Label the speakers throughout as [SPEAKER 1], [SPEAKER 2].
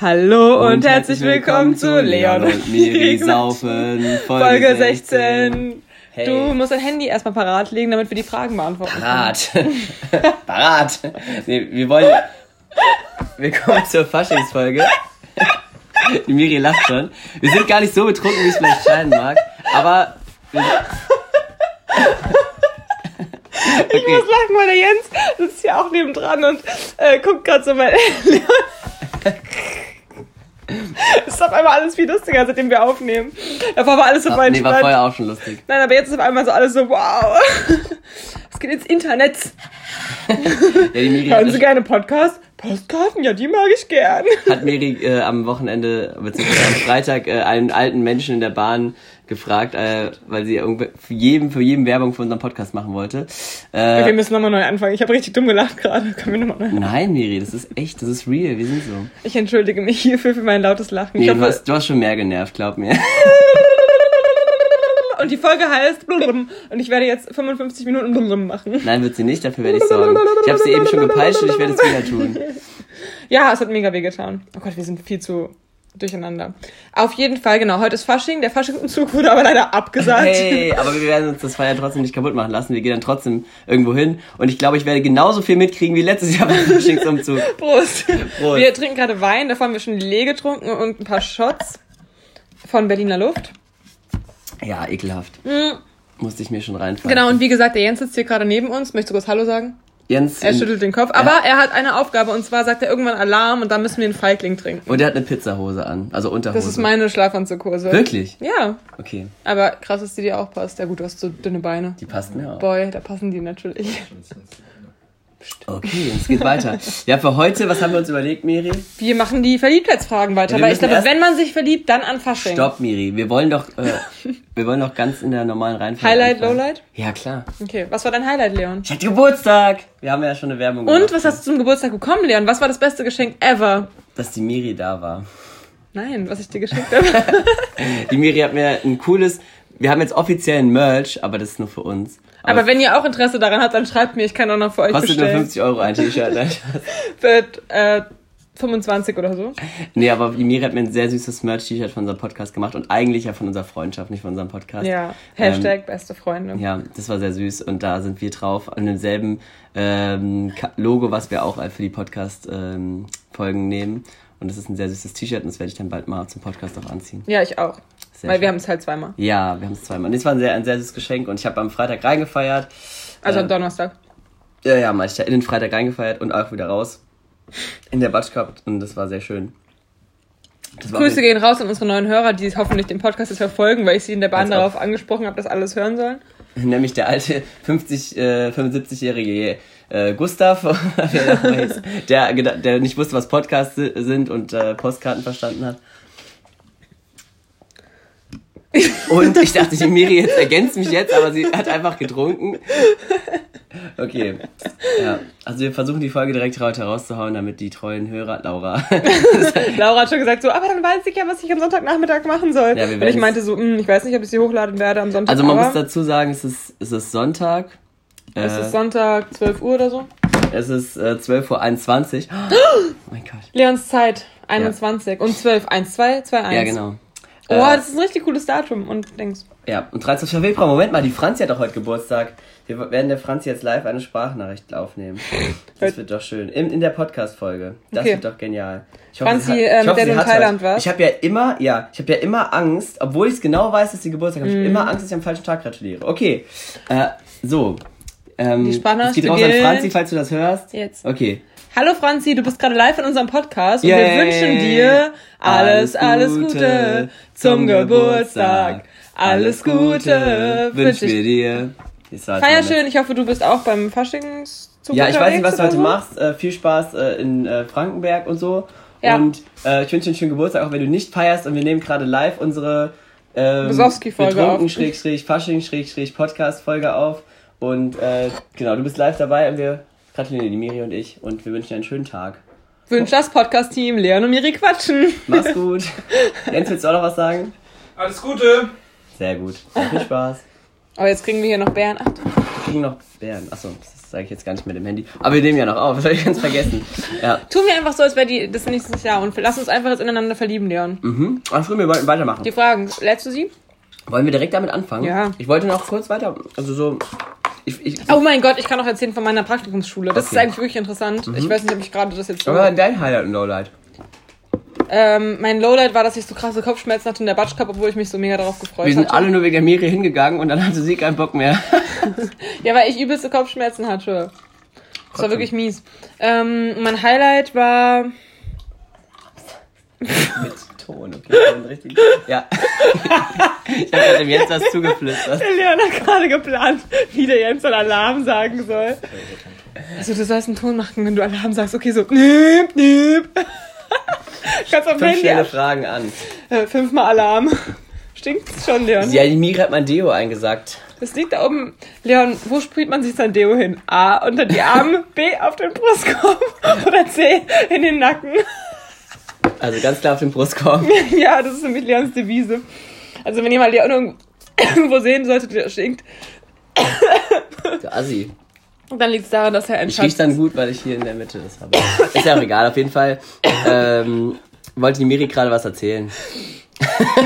[SPEAKER 1] Hallo und, und herzlich, herzlich willkommen, willkommen zu Leon und
[SPEAKER 2] Miri Saufen,
[SPEAKER 1] Folge 16. Hey. Ah, Du musst dein Handy erstmal parat legen, damit wir die Fragen beantworten.
[SPEAKER 2] Parat. parat. Nee, wir wollen. Wir kommen zur Faschingsfolge. Die Miri lacht schon. Wir sind gar nicht so betrunken, wie es vielleicht scheinen mag, aber. Wir...
[SPEAKER 1] Ich okay. muss lachen, weil der Jens sitzt hier auch nebendran und äh, guckt gerade so mein Leon. Es ist auf einmal alles viel lustiger, seitdem wir aufnehmen. Davor Ah, war alles so
[SPEAKER 2] voll Nee, war vorher auch schon lustig.
[SPEAKER 1] Nein, aber jetzt ist auf einmal so alles so, wow. Es geht ins Internet. ja, Hören Sie gerne Podcast? Postkarten, ja, die mag ich gern.
[SPEAKER 2] Hat Miri äh, am Wochenende, beziehungsweise am Freitag, äh, einen alten Menschen in der Bahn gefragt, äh, weil sie für jeden, für jeden Werbung für unseren Podcast machen wollte.
[SPEAKER 1] Äh, okay, wir müssen nochmal neu anfangen. Ich habe richtig dumm gelacht gerade. Können wir nochmal neu anfangen?
[SPEAKER 2] Nein, Miri, das ist echt, das ist real. Wir sind so.
[SPEAKER 1] Ich entschuldige mich hierfür für mein lautes Lachen.
[SPEAKER 2] Nee, glaub, du, hast, du hast schon mehr genervt, glaub mir.
[SPEAKER 1] Und die Folge heißt und ich werde jetzt 55 Minuten machen.
[SPEAKER 2] Nein, wird sie nicht, dafür werde ich sorgen. Ich habe sie eben schon gepeitscht und ich werde es wieder tun.
[SPEAKER 1] Ja, es hat mega weh getan. Oh Gott, wir sind viel zu durcheinander. Auf jeden Fall, genau. Heute ist Fasching. Der Faschingszug wurde aber leider abgesagt.
[SPEAKER 2] Hey, aber wir werden uns das Feiern trotzdem nicht kaputt machen lassen. Wir gehen dann trotzdem irgendwo hin. Und ich glaube, ich werde genauso viel mitkriegen wie letztes Jahr beim Faschingsumzug.
[SPEAKER 1] Prost. Prost. Wir trinken gerade Wein. Davon haben wir schon Lee getrunken und ein paar Shots von Berliner Luft.
[SPEAKER 2] Ja, ekelhaft. Mhm. Musste ich mir schon reinfallen.
[SPEAKER 1] Genau, und wie gesagt, der Jens sitzt hier gerade neben uns. Möchtest du kurz Hallo sagen?
[SPEAKER 2] Jens.
[SPEAKER 1] Er schüttelt den Kopf, aber er hat eine Aufgabe und zwar sagt er irgendwann Alarm und dann müssen wir den Feigling trinken.
[SPEAKER 2] Und er hat eine Pizzahose an, also Unterhose.
[SPEAKER 1] Das ist meine Schlafanzughose.
[SPEAKER 2] Wirklich?
[SPEAKER 1] Ja.
[SPEAKER 2] Okay.
[SPEAKER 1] Aber krass, dass die dir auch passt. Ja gut, du hast so dünne Beine.
[SPEAKER 2] Die passt mir auch.
[SPEAKER 1] Boy, da passen die natürlich.
[SPEAKER 2] Okay, es geht weiter. Ja, für heute, was haben wir uns überlegt, Miri?
[SPEAKER 1] Wir machen die Verliebtheitsfragen weiter, ja, weil ich glaube, wenn man sich verliebt, dann an Fasching.
[SPEAKER 2] Stopp, Miri, wir wollen doch, äh, wir wollen doch ganz in der normalen Reihenfolge.
[SPEAKER 1] Highlight, anfangen. Lowlight?
[SPEAKER 2] Ja, klar.
[SPEAKER 1] Okay, was war dein Highlight, Leon?
[SPEAKER 2] Ich hatte Geburtstag! Wir haben ja schon eine Werbung
[SPEAKER 1] gemacht. Und was hast du zum Geburtstag bekommen, Leon? Was war das beste Geschenk ever?
[SPEAKER 2] Dass die Miri da war.
[SPEAKER 1] Nein, was ich dir geschenkt habe.
[SPEAKER 2] die Miri hat mir ein cooles, wir haben jetzt offiziellen Merch, aber das ist nur für uns.
[SPEAKER 1] Aber, aber wenn ihr auch Interesse daran habt, dann schreibt mir, ich kann auch noch für euch
[SPEAKER 2] kostet
[SPEAKER 1] bestellen.
[SPEAKER 2] Kostet nur 50 Euro ein T-Shirt. ne?
[SPEAKER 1] für äh, 25 oder so.
[SPEAKER 2] Nee, aber Miri hat mir ein sehr süßes Merch-T-Shirt von unserem Podcast gemacht und eigentlich ja von unserer Freundschaft, nicht von unserem Podcast.
[SPEAKER 1] Ja, Hashtag ähm, beste Freunde.
[SPEAKER 2] Ja, das war sehr süß und da sind wir drauf an demselben ähm, Logo, was wir auch für die Podcast-Folgen ähm, nehmen. Und das ist ein sehr süßes T-Shirt und das werde ich dann bald mal zum Podcast auch anziehen.
[SPEAKER 1] Ja, ich auch. Sehr Weil schön. wir haben es halt zweimal.
[SPEAKER 2] Ja, wir haben es zweimal. Und es war ein sehr, ein sehr süßes Geschenk und ich habe am Freitag reingefeiert.
[SPEAKER 1] Also am Donnerstag.
[SPEAKER 2] Ja, ja, mal ich in den Freitag reingefeiert und auch wieder raus. In der Batsch Cup und das war sehr schön.
[SPEAKER 1] War Grüße gehen raus an unsere neuen Hörer, die hoffentlich den Podcast jetzt verfolgen, weil ich sie in der Bahn darauf angesprochen habe, dass alles hören sollen.
[SPEAKER 2] Nämlich der alte 50, äh, 75-jährige äh, Gustav, der, der nicht wusste, was Podcasts sind und äh, Postkarten verstanden hat. Und ich dachte, die Miri jetzt ergänzt mich jetzt, aber sie hat einfach getrunken. Okay. Ja. Also wir versuchen die Folge direkt rauszuhauen, damit die treuen Hörer Laura.
[SPEAKER 1] Laura hat schon gesagt so, aber dann weiß ich ja, was ich am Sonntagnachmittag machen soll. Ja, Und ich meinte so, mh, ich weiß nicht, ob ich sie hochladen werde am Sonntag.
[SPEAKER 2] Also man muss dazu sagen, es ist, es ist Sonntag.
[SPEAKER 1] Äh, es ist Sonntag, 12 Uhr oder so.
[SPEAKER 2] Es ist äh, 12.21 Uhr.
[SPEAKER 1] Oh mein Gott. Leons Zeit, 21. Ja. Und 12, 1, 2, 2, 1.
[SPEAKER 2] Ja, genau.
[SPEAKER 1] Oh, das ist ein richtig cooles Datum und Dings.
[SPEAKER 2] Ja, und 13. Februar, Moment mal, die Franzi hat doch heute Geburtstag. Wir werden der Franzi jetzt live eine Sprachnachricht aufnehmen. Das wird doch schön. In, in der Podcast-Folge. Das okay. wird doch genial.
[SPEAKER 1] Ich hoffe, Franzi, sie hat, ich hoffe, der du äh, in Thailand warst.
[SPEAKER 2] Ich habe ja immer, ja, ich habe ja immer Angst, obwohl ich es genau weiß, dass sie Geburtstag hat. Ich
[SPEAKER 1] Mhm.
[SPEAKER 2] habe immer Angst, dass ich am falschen Tag gratuliere. Okay, äh, so.
[SPEAKER 1] Ähm, die Sprachnachricht
[SPEAKER 2] geht raus an Franzi, falls du das hörst.
[SPEAKER 1] Jetzt.
[SPEAKER 2] Okay.
[SPEAKER 1] Hallo Franzi, du bist gerade live in unserem Podcast und Yay. wir wünschen dir alles, alles Gute, alles Gute zum Geburtstag. Alles Gute
[SPEAKER 2] wünschen wir dir.
[SPEAKER 1] Feier schön, ich hoffe, du bist auch beim Faschingszug
[SPEAKER 2] Ja, ich weiß nicht, was du heute machst. Äh, viel Spaß äh, in äh, Frankenberg und so. Ja. Und äh, ich wünsche dir einen schönen Geburtstag, auch wenn du nicht feierst. Und wir nehmen gerade live unsere ähm,
[SPEAKER 1] Besowski-Folge auf.
[SPEAKER 2] Fasching-Podcast-Folge auf. Und genau, du bist live dabei und wir gratulieren die Miri und ich und wir wünschen dir einen schönen Tag.
[SPEAKER 1] Wünsch das Podcast-Team, Leon und Miri quatschen.
[SPEAKER 2] Mach's gut. Jens, willst du auch noch was sagen?
[SPEAKER 3] Alles Gute.
[SPEAKER 2] Sehr gut. Viel Spaß.
[SPEAKER 1] Aber jetzt kriegen wir hier noch Bären. Achtung.
[SPEAKER 2] kriegen noch Bären. Achso, das sage ich jetzt gar nicht mit dem Handy. Aber wir nehmen ja noch auf, das habe ich ganz vergessen. Ja.
[SPEAKER 1] Tun wir einfach so, als wäre die das nächstes Jahr und lass uns einfach jetzt ineinander verlieben, Leon.
[SPEAKER 2] Mhm. Ach so, wir wollten weitermachen.
[SPEAKER 1] Die Fragen, lädst du sie?
[SPEAKER 2] Wollen wir direkt damit anfangen?
[SPEAKER 1] Ja.
[SPEAKER 2] Ich wollte noch kurz weiter. Also so. Ich, ich,
[SPEAKER 1] Oh mein Gott, ich kann auch erzählen von meiner Praktikumsschule. Das
[SPEAKER 2] Okay. Mhm.
[SPEAKER 1] ist eigentlich wirklich interessant. Ich weiß nicht, ob ich gerade das jetzt.
[SPEAKER 2] Aber dein Highlight und Lowlight.
[SPEAKER 1] Ähm, mein Lowlight war, dass ich so krasse Kopfschmerzen hatte in der Batschkap, obwohl ich mich so mega darauf gefreut
[SPEAKER 2] Wir sind
[SPEAKER 1] hatte.
[SPEAKER 2] alle nur wegen der Miri hingegangen und dann hatte sie keinen Bock mehr.
[SPEAKER 1] Ja, weil ich übelste Kopfschmerzen hatte. Das war wirklich mies. Ähm, mein Highlight war.
[SPEAKER 2] Mit Ton, okay. Richtig. Ja. ich habe dem jetzt was zugeflüstert.
[SPEAKER 1] Der Leon hat gerade geplant, wie der Jens dann Alarm sagen soll. Also du sollst einen Ton machen, wenn du Alarm sagst. Okay, so. Nüp, nüp. Kannst auf dem
[SPEAKER 2] Fünf
[SPEAKER 1] Handy.
[SPEAKER 2] schnelle
[SPEAKER 1] ab-
[SPEAKER 2] Fragen an.
[SPEAKER 1] Äh, fünfmal Alarm. Stinkt's schon, Leon.
[SPEAKER 2] Ja, die Miri hat mein Deo eingesagt.
[SPEAKER 1] Das liegt da oben. Leon, wo sprüht man sich sein Deo hin? A, unter die Arme, B, auf den Brustkorb oder C, in den Nacken.
[SPEAKER 2] Also ganz klar auf den Brustkorb.
[SPEAKER 1] ja, das ist nämlich Leons Devise. Also wenn ihr mal Leon irgend- irgendwo sehen solltet, der stinkt,
[SPEAKER 2] Du Assi.
[SPEAKER 1] dann liegt es daran, dass er ein
[SPEAKER 2] Ich riech
[SPEAKER 1] Schatz
[SPEAKER 2] dann gut, weil ich hier in der Mitte das habe. Ist ja auch egal, auf jeden Fall. Ähm, wollte die Miri gerade was erzählen.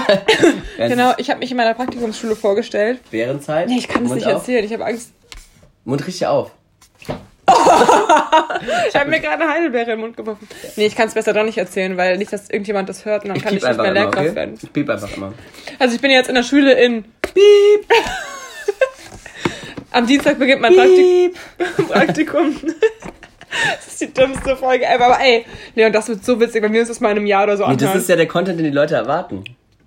[SPEAKER 2] Während-
[SPEAKER 1] Genau, ich habe mich in meiner Praktikumsschule vorgestellt.
[SPEAKER 2] Bärenzeit.
[SPEAKER 1] Nee, ich kann es
[SPEAKER 2] Mund
[SPEAKER 1] nicht
[SPEAKER 2] auf.
[SPEAKER 1] erzählen, ich habe Angst.
[SPEAKER 2] Mund richtig auf.
[SPEAKER 1] Ich habe mir gerade eine Heidelbeere in den Mund geworfen. Nee, ich kann es besser doch nicht erzählen, weil nicht, dass irgendjemand das hört und dann
[SPEAKER 2] Ich
[SPEAKER 1] kann
[SPEAKER 2] piep
[SPEAKER 1] ich nicht
[SPEAKER 2] einfach
[SPEAKER 1] mehr
[SPEAKER 2] immer,
[SPEAKER 1] Lehrkraft
[SPEAKER 2] okay?
[SPEAKER 1] werden.
[SPEAKER 2] Ich piep einfach immer.
[SPEAKER 1] Also ich bin jetzt in der Schule in
[SPEAKER 2] Piep,
[SPEAKER 1] Am Dienstag beginnt mein Praktikum.
[SPEAKER 2] piep.
[SPEAKER 1] Praktikum. Das ist die dümmste Folge ever. Aber ey, Leon, das wird so witzig, wenn wir uns das mal in einem Jahr oder so
[SPEAKER 2] Nee,
[SPEAKER 1] anhören.
[SPEAKER 2] das ist ja der Content, den die Leute erwarten.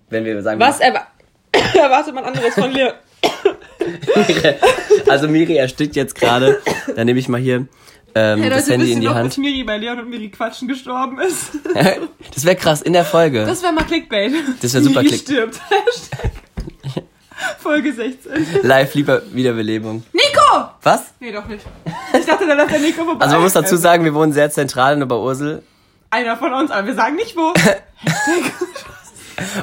[SPEAKER 2] Wenn wir sagen,
[SPEAKER 1] Was erwa erwartet man anderes von Leon?
[SPEAKER 2] also Miri erstickt jetzt gerade. Dann nehme ich mal hier ähm, das Handy in die Hand.
[SPEAKER 1] Miri bei Leon und Miri quatschen gestorben ist?
[SPEAKER 2] Das wäre krass, in der Folge.
[SPEAKER 1] Das wäre mal Clickbait.
[SPEAKER 2] Das wär super Miri
[SPEAKER 1] Miri
[SPEAKER 2] Click-
[SPEAKER 1] stirbt. Folge 16.
[SPEAKER 2] Live lieber Wiederbelebung.
[SPEAKER 1] Nico!
[SPEAKER 2] Was?
[SPEAKER 1] Nee, doch nicht. Ich dachte, da läuft der Nico vorbei.
[SPEAKER 2] Also man muss dazu sagen, wir wohnen sehr zentral in Oberursel
[SPEAKER 1] Einer von uns, aber wir sagen nicht wo.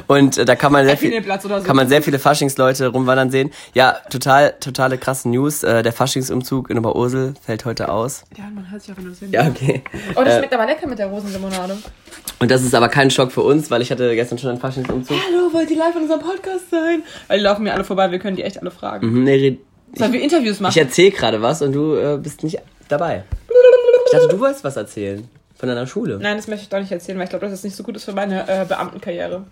[SPEAKER 2] und äh, da kann man sehr viel,
[SPEAKER 1] Pinelplatz oder so.
[SPEAKER 2] kann man sehr viele Faschingsleute rumwandern sehen. Ja, total, totale krasse News. Äh, der Faschingsumzug in Oberursel fällt heute aus.
[SPEAKER 1] ja, man hört sich auch, wenn du das Handy-
[SPEAKER 2] Ja, okay.
[SPEAKER 1] Oh, das
[SPEAKER 2] Äh,
[SPEAKER 1] schmeckt aber lecker mit der Rosenlimonade.
[SPEAKER 2] Und das ist aber kein Schock für uns, weil ich hatte gestern schon einen Faschingsumzug.
[SPEAKER 1] Hallo, wollt ihr live in unserem Podcast sein? Weil die laufen mir alle vorbei, wir können die echt alle fragen.
[SPEAKER 2] Mhm, nee, red-
[SPEAKER 1] Sollen wir Interviews
[SPEAKER 2] Ich
[SPEAKER 1] machen?
[SPEAKER 2] erzähle gerade was und du äh, bist nicht dabei. Ich dachte, du wolltest was erzählen. Von deiner Schule.
[SPEAKER 1] Nein, das möchte ich doch nicht erzählen, weil ich glaube, dass das nicht so gut ist für meine äh, Beamtenkarriere.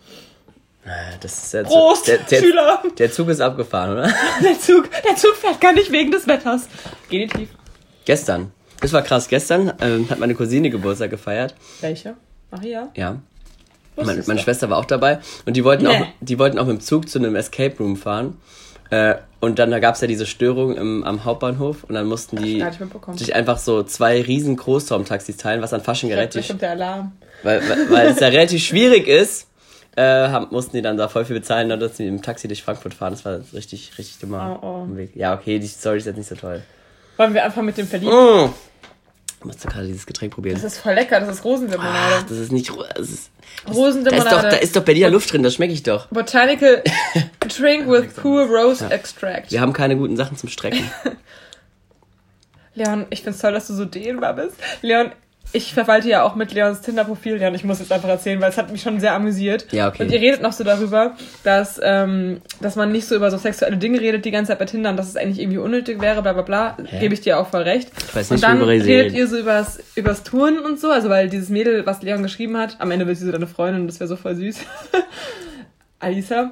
[SPEAKER 2] Äh, Das ist jetzt,
[SPEAKER 1] Prost,
[SPEAKER 2] der, der,
[SPEAKER 1] Schüler!
[SPEAKER 2] der Zug ist abgefahren, oder?
[SPEAKER 1] Der Zug, der Zug fährt gar nicht wegen des Wetters. Genitiv.
[SPEAKER 2] Gestern. Das war krass. Gestern ähm, hat meine Cousine Geburtstag gefeiert.
[SPEAKER 1] Welche? Maria?
[SPEAKER 2] Ja. Meine,
[SPEAKER 1] Wusstest
[SPEAKER 2] meine
[SPEAKER 1] du?
[SPEAKER 2] Schwester war auch dabei. Und die wollten, auch,
[SPEAKER 1] Nee.
[SPEAKER 2] die wollten auch mit dem Zug zu einem Escape Room fahren. Äh, und dann da gab es ja diese Störung im, am Hauptbahnhof. Und dann mussten die
[SPEAKER 1] gar nicht mitbekommen.
[SPEAKER 2] sich einfach so zwei riesen Großraumtaxis teilen, was an Fasching
[SPEAKER 1] Schreibt
[SPEAKER 2] relativ
[SPEAKER 1] bestimmt der Alarm.
[SPEAKER 2] weil, weil, weil es ja relativ schwierig ist, äh, haben, mussten die dann da voll viel bezahlen, dann mussten die im Taxi durch Frankfurt fahren. Das war richtig, richtig dummer
[SPEAKER 1] Oh, oh.
[SPEAKER 2] Umweg. Ja, okay, die Story ist jetzt nicht so toll.
[SPEAKER 1] Wollen wir einfach mit dem verlieben?
[SPEAKER 2] Mm. Ich musste gerade dieses Getränk probieren.
[SPEAKER 1] Das ist voll lecker, das ist
[SPEAKER 2] Ach,
[SPEAKER 1] Rosenlimonade.
[SPEAKER 2] das ist nicht. ru- Ah, Das ist, da, ist
[SPEAKER 1] Rosenlimonade.
[SPEAKER 2] doch, da ist doch Berliner Luft drin, das schmecke ich doch.
[SPEAKER 1] Botanical Drink with Cool Rose Extract.
[SPEAKER 2] Wir haben keine guten Sachen zum Strecken.
[SPEAKER 1] Leon, ich find's toll, dass du so dehnbar bist. Leon, ich verwalte ja auch mit Leons Tinder-Profil. Leon, ich muss jetzt einfach erzählen, weil es hat mich schon sehr amüsiert.
[SPEAKER 2] Ja, okay.
[SPEAKER 1] Und ihr redet noch so darüber, dass, ähm, dass man nicht so über so sexuelle Dinge redet die ganze Zeit bei Tinder und dass es eigentlich irgendwie unnötig wäre, bla bla bla. Gebe ich dir auch voll recht. Ich
[SPEAKER 2] weiß
[SPEAKER 1] und
[SPEAKER 2] nicht,
[SPEAKER 1] dann
[SPEAKER 2] worüber ihr
[SPEAKER 1] redet
[SPEAKER 2] redet.
[SPEAKER 1] ihr so übers, übers Touren und so, also weil dieses Mädel, was Leon geschrieben hat, am Ende wird sie so deine Freundin und das wäre so voll süß. Alisa,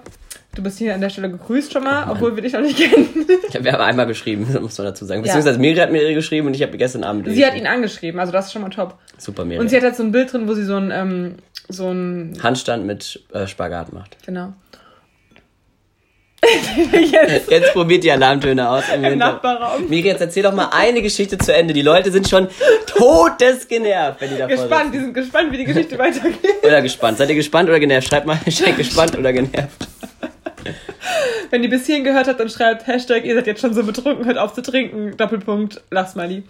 [SPEAKER 1] du bist hier an der Stelle gegrüßt schon
[SPEAKER 2] Oh
[SPEAKER 1] mal, obwohl wir dich noch nicht kennen.
[SPEAKER 2] Ich hab- Wir haben einmal geschrieben, das muss man dazu sagen. Beziehungsweise Miri hat mir ihre geschrieben und ich habe gestern Abend.
[SPEAKER 1] Sie hat ihn angeschrieben, also das ist schon mal top.
[SPEAKER 2] Super Miri.
[SPEAKER 1] Und sie hat halt so ein Bild drin, wo sie so ein, ähm, so ein,
[SPEAKER 2] Handstand mit äh, Spagat macht.
[SPEAKER 1] genau. Jetzt
[SPEAKER 2] Jetzt probiert die Alarmtöne aus. Im
[SPEAKER 1] im
[SPEAKER 2] Hintergrund.
[SPEAKER 1] Nachbarraum.
[SPEAKER 2] Miri, jetzt erzähl doch mal eine Geschichte zu Ende. Die Leute sind schon todesgenervt, wenn die davor
[SPEAKER 1] Gespannt, die sind gespannt, wie die Geschichte weitergeht.
[SPEAKER 2] sind. Oder gespannt. Seid ihr gespannt oder genervt? Schreibt mal, Hashtag gespannt oder genervt.
[SPEAKER 1] Wenn ihr bis hierhin gehört habt, dann schreibt Hashtag, ihr seid jetzt schon so betrunken, hört auf zu trinken. Doppelpunkt, Lachsmiley.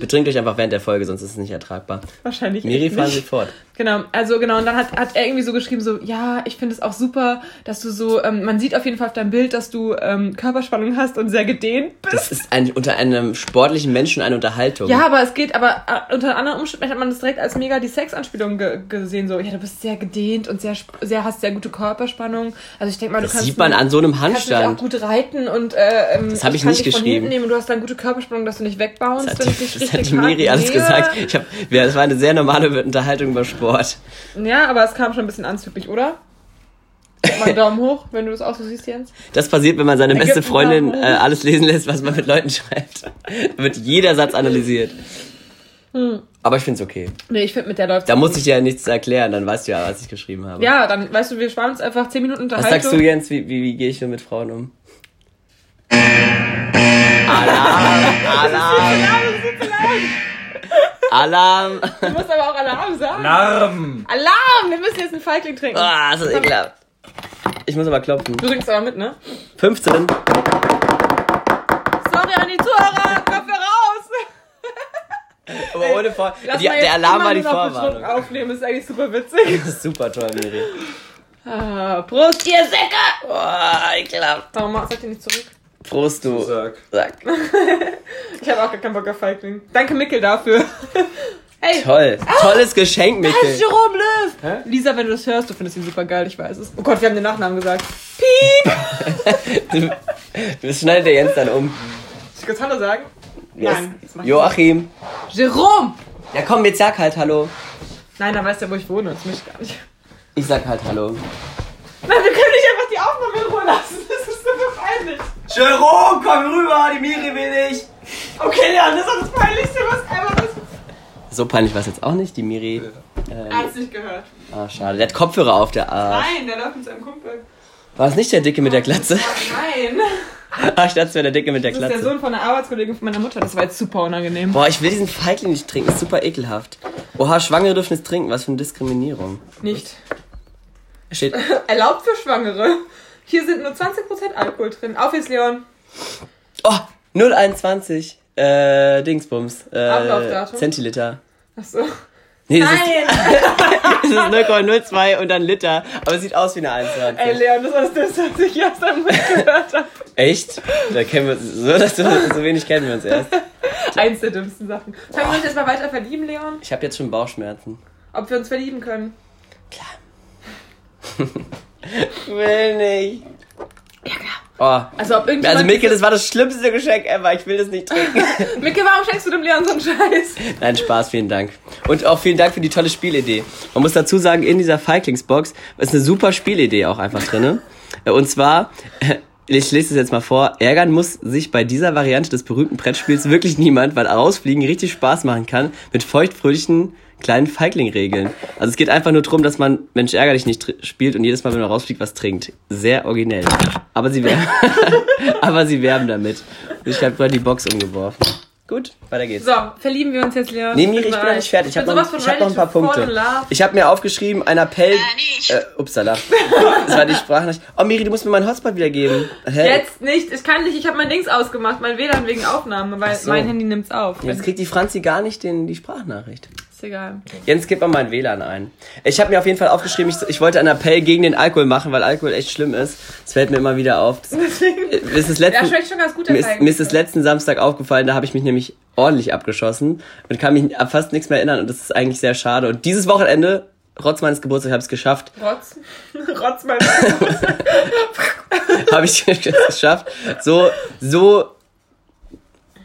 [SPEAKER 2] Betrinkt euch einfach während der Folge, sonst ist es nicht ertragbar.
[SPEAKER 1] Wahrscheinlich
[SPEAKER 2] Miri,
[SPEAKER 1] echt
[SPEAKER 2] fahren Sie
[SPEAKER 1] nicht.
[SPEAKER 2] fort.
[SPEAKER 1] Genau, also genau, und dann hat, hat er irgendwie so geschrieben, so, ja, ich finde es auch super, dass du so, ähm, man sieht auf jeden Fall auf deinem Bild, dass du ähm, Körperspannung hast und sehr gedehnt bist.
[SPEAKER 2] Das ist ein, unter einem sportlichen Menschen eine Unterhaltung.
[SPEAKER 1] Ja, aber es geht, aber äh, unter anderen Umständen hat man das direkt als mega die Sexanspielung ge gesehen, so, ja, du bist sehr gedehnt und sehr, sp- sehr hast sehr gute Körperspannung. Also ich denke mal, du
[SPEAKER 2] das
[SPEAKER 1] kannst...
[SPEAKER 2] sieht man an so einem
[SPEAKER 1] Kannst dich auch
[SPEAKER 2] Handstand.
[SPEAKER 1] gut reiten und äh, ähm,
[SPEAKER 2] Das hab ich
[SPEAKER 1] kann
[SPEAKER 2] nicht
[SPEAKER 1] dich von
[SPEAKER 2] geschrieben.
[SPEAKER 1] hinten nehmen und du hast dann gute Körperspannung, dass du nicht wegbaust,
[SPEAKER 2] Das hat,
[SPEAKER 1] wenn ich
[SPEAKER 2] die,
[SPEAKER 1] dich
[SPEAKER 2] das
[SPEAKER 1] richtig
[SPEAKER 2] hat die
[SPEAKER 1] hart
[SPEAKER 2] Miri alles
[SPEAKER 1] nähe.
[SPEAKER 2] gesagt. Ich hab, ja, das war eine sehr normale Unterhaltung über Sport.
[SPEAKER 1] Ja, aber es kam schon ein bisschen anzüglich, oder? Gib mal einen Daumen hoch, wenn du das auch so siehst, Jens.
[SPEAKER 2] Das passiert, wenn man seine
[SPEAKER 1] Da
[SPEAKER 2] beste
[SPEAKER 1] gibt's
[SPEAKER 2] Freundin äh,
[SPEAKER 1] Namen.
[SPEAKER 2] alles lesen lässt, was man mit Leuten schreibt. Da wird jeder Satz analysiert.
[SPEAKER 1] Hm.
[SPEAKER 2] Aber ich find's okay.
[SPEAKER 1] Nee, ich finde, mit der läuft
[SPEAKER 2] Da muss ich dir ja nichts erklären, dann weißt du ja, was ich geschrieben habe.
[SPEAKER 1] Ja, halt dann, weißt du, wir sparen uns einfach 10 Minuten
[SPEAKER 2] was
[SPEAKER 1] Unterhaltung.
[SPEAKER 2] sagst du, Jens? Wie, wie, wie gehe ich denn mit Frauen um? Alarm! Alarm! Alarm!
[SPEAKER 1] Du musst aber auch Alarm sagen.
[SPEAKER 3] Alarm!
[SPEAKER 1] Alarm! Wir müssen jetzt einen Feigling trinken.
[SPEAKER 2] Ah, das ist ekelhaft. Ich muss aber klopfen.
[SPEAKER 1] Du trinkst aber mit, ne?
[SPEAKER 2] 15.
[SPEAKER 1] Sorry an die Zuhörer, Köpfe raus!
[SPEAKER 2] Aber ohne Vor
[SPEAKER 1] Lass
[SPEAKER 2] die,
[SPEAKER 1] mal jetzt
[SPEAKER 2] Der Alarm
[SPEAKER 1] immer
[SPEAKER 2] war die
[SPEAKER 1] nur noch betrunken
[SPEAKER 2] Vorwarnung.
[SPEAKER 1] aufnehmen, ist eigentlich super witzig.
[SPEAKER 2] Das ist super toll, Miri.
[SPEAKER 1] Ah, Prost, ihr Säcke!
[SPEAKER 2] Boah, ekelhaft.
[SPEAKER 1] Warum sagt ihr nicht zurück?
[SPEAKER 2] Prost, du.
[SPEAKER 3] Sag.
[SPEAKER 2] Sack.
[SPEAKER 1] Ich habe auch gar keinen Bock auf Feigling. Danke, Mickel, dafür. Hey,
[SPEAKER 2] Toll. Tolles Geschenk,
[SPEAKER 1] Ah, das ist
[SPEAKER 2] Mikkel.
[SPEAKER 1] Jerome Löw!
[SPEAKER 3] Hä?
[SPEAKER 1] Lisa, wenn du das hörst, du findest ihn super geil, ich weiß es. Oh Gott, wir haben den Nachnamen gesagt. Piep!
[SPEAKER 2] Das schneidet der Jens dann um.
[SPEAKER 1] Ich kann Hallo sagen.
[SPEAKER 2] Wer
[SPEAKER 1] Nein,
[SPEAKER 2] ist-
[SPEAKER 1] das mach ich
[SPEAKER 2] Joachim.
[SPEAKER 1] Jerome!
[SPEAKER 2] Ja komm, jetzt sag halt Hallo.
[SPEAKER 1] Nein, dann weiß der, wo ich wohne. Das möchte ich gar nicht.
[SPEAKER 2] Ich sag halt Hallo.
[SPEAKER 1] Nein, wir können nicht einfach die Aufnahme in Ruhe lassen. Das ist super peinlich.
[SPEAKER 2] Jerome, komm rüber, die Miri will ich.
[SPEAKER 1] Okay, Leon, das ist das Peinlichste, was einmal ist.
[SPEAKER 2] So peinlich war es jetzt auch nicht, die Miri. Äh.
[SPEAKER 1] Er hat's nicht gehört.
[SPEAKER 2] Ah, schade. Der hat Kopfhörer auf der Arsch.
[SPEAKER 1] Nein, der läuft mit seinem Kumpel.
[SPEAKER 2] War es nicht der Dicke mit der Glatze?
[SPEAKER 1] Nein.
[SPEAKER 2] Ach, ich dachte, es wäre der Dicke mit der
[SPEAKER 1] Das ist der
[SPEAKER 2] Glatze.
[SPEAKER 1] Sohn von einer Arbeitskollegin von meiner Mutter. Das war jetzt super unangenehm.
[SPEAKER 2] Boah, ich will diesen Feigling nicht trinken, ist super ekelhaft. Oha, Schwangere dürfen es trinken, was für eine Diskriminierung.
[SPEAKER 1] Nicht.
[SPEAKER 2] Steht,
[SPEAKER 1] Erlaubt für Schwangere. Hier sind nur 20% Alkohol drin. Auf jetzt, Leon.
[SPEAKER 2] oh, 021, äh, Dingsbums, äh,
[SPEAKER 1] Ablaufdatum?
[SPEAKER 2] Zentiliter.
[SPEAKER 1] Achso.
[SPEAKER 2] Nee, es ist,
[SPEAKER 1] Nein!
[SPEAKER 2] es ist 0,02 und dann Liter, aber es sieht aus wie eine 21.
[SPEAKER 1] Ey, Leon, das war das Dümmste, was ich erst einmal gehört habe.
[SPEAKER 2] Echt? Da kennen wir uns, so, dass wir, so wenig kennen wir uns erst.
[SPEAKER 1] Eins der dümmsten Sachen. Sollen wir uns jetzt mal weiter verlieben, Leon?
[SPEAKER 2] Ich habe jetzt schon Bauchschmerzen.
[SPEAKER 1] Ob wir uns verlieben können?
[SPEAKER 2] Ich will nicht.
[SPEAKER 1] Ja, klar.
[SPEAKER 2] Oh.
[SPEAKER 1] Also, ob irgendjemand...
[SPEAKER 2] Also Mikkel, das war das schlimmste Geschenk ever. Ich will das nicht trinken.
[SPEAKER 1] Micke, warum schenkst du dem Leon so einen Scheiß?
[SPEAKER 2] Nein, Spaß, vielen Dank. Und auch vielen Dank für die tolle Spielidee. Man muss dazu sagen, in dieser Feiglingsbox ist eine super Spielidee auch einfach drin. Und zwar, äh, ich lese es jetzt mal vor, ärgern muss sich bei dieser Variante des berühmten Brettspiels wirklich niemand, weil rausfliegen richtig Spaß machen kann mit feuchtfröhlichen kleinen Feigling-Regeln. Also es geht einfach nur darum, dass man Mensch ärger dich nicht tr- spielt und jedes Mal, wenn man rausfliegt, was trinkt. Sehr originell. Aber sie werben, aber sie werben damit. Ich habe gerade die Box umgeworfen. Gut, weiter geht's.
[SPEAKER 1] So, verlieben wir uns jetzt, Leon.
[SPEAKER 2] Nee, Miri, ich bin noch nicht fertig. Ich habe noch, ich hab noch ein paar Punkte. Ich habe mir aufgeschrieben, ein Appell. Äh, upsala. das war die Sprachnachricht. Oh, Miri, du musst mir meinen Hotspot wiedergeben. Hä?
[SPEAKER 1] Jetzt nicht, ich kann nicht, ich habe mein Dings ausgemacht, mein WLAN wegen Aufnahme, weil
[SPEAKER 2] Ach so.
[SPEAKER 1] mein Handy nimmt's auf.
[SPEAKER 2] Jetzt kriegt die Franzi gar nicht den, die Sprachnachricht.
[SPEAKER 1] Ist egal.
[SPEAKER 2] Jens, gib mal mein WLAN ein. Ich habe mir auf jeden Fall aufgeschrieben, ich, ich wollte einen Appell gegen den Alkohol machen, weil Alkohol echt schlimm ist. Das fällt mir immer wieder auf. Das,
[SPEAKER 1] Deswegen.
[SPEAKER 2] das ist das
[SPEAKER 1] Ja,
[SPEAKER 2] letzte,
[SPEAKER 1] schmeckt schon ganz gut, der
[SPEAKER 2] Mir ist,
[SPEAKER 1] Teig.
[SPEAKER 2] mir ist das letzten Samstag aufgefallen, da habe ich mich nämlich ordentlich abgeschossen und kann mich an fast nichts mehr erinnern und das ist eigentlich sehr schade. Und dieses Wochenende, trotz meines Geburtstags, habe ich es geschafft.
[SPEAKER 1] Rotz. Rotz, mein
[SPEAKER 2] Habe ich es geschafft, so, so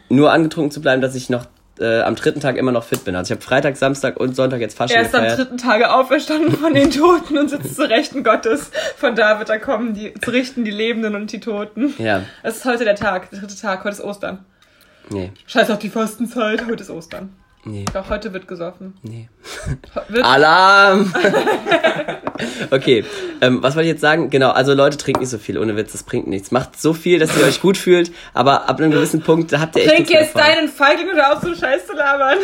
[SPEAKER 2] nur angetrunken zu bleiben, dass ich noch äh, am dritten Tag immer noch fit bin. Also ich habe Freitag, Samstag und Sonntag jetzt Fasching
[SPEAKER 1] Er ist am
[SPEAKER 2] gefeiert.
[SPEAKER 1] dritten Tage auferstanden von den Toten und sitzt zu Rechten Gottes. Von da wird er kommen, die, zu richten die Lebenden und die Toten.
[SPEAKER 2] Ja,
[SPEAKER 1] Es ist heute der Tag, der dritte Tag, heute ist Ostern.
[SPEAKER 2] nee,
[SPEAKER 1] Scheiß auf die Fastenzeit, heute ist Ostern.
[SPEAKER 2] nee,
[SPEAKER 1] Doch, heute wird gesoffen.
[SPEAKER 2] nee. Ah,
[SPEAKER 1] Ho- Wird
[SPEAKER 2] Alarm! okay, ähm, was wollte ich jetzt sagen? Genau, also Leute, trinkt nicht so viel, ohne Witz, das bringt nichts. Macht so viel, dass ihr euch gut fühlt, aber ab einem gewissen Punkt, da habt ihr echt
[SPEAKER 1] Trink
[SPEAKER 2] nichts mehr
[SPEAKER 1] jetzt
[SPEAKER 2] von.
[SPEAKER 1] deinen Feigling oder auf so einen Scheiß zu labern.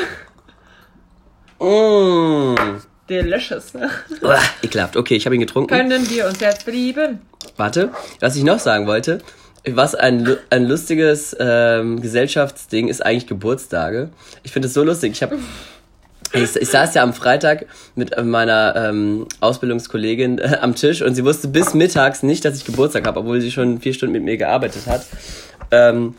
[SPEAKER 2] Mmh.
[SPEAKER 1] Delicious, ne?
[SPEAKER 2] Uah, Ekelhaft. Okay, ich habe ihn getrunken.
[SPEAKER 1] Können wir uns jetzt belieben?
[SPEAKER 2] Warte, was ich noch sagen wollte. Was ein, lu- ein lustiges ähm, Gesellschaftsding ist eigentlich Geburtstage. Ich finde es so lustig. Ich habe ich, ich saß ja am Freitag mit meiner ähm, Ausbildungskollegin äh, am Tisch und sie wusste bis mittags nicht, dass ich Geburtstag habe, obwohl sie schon vier Stunden mit mir gearbeitet hat. Ähm,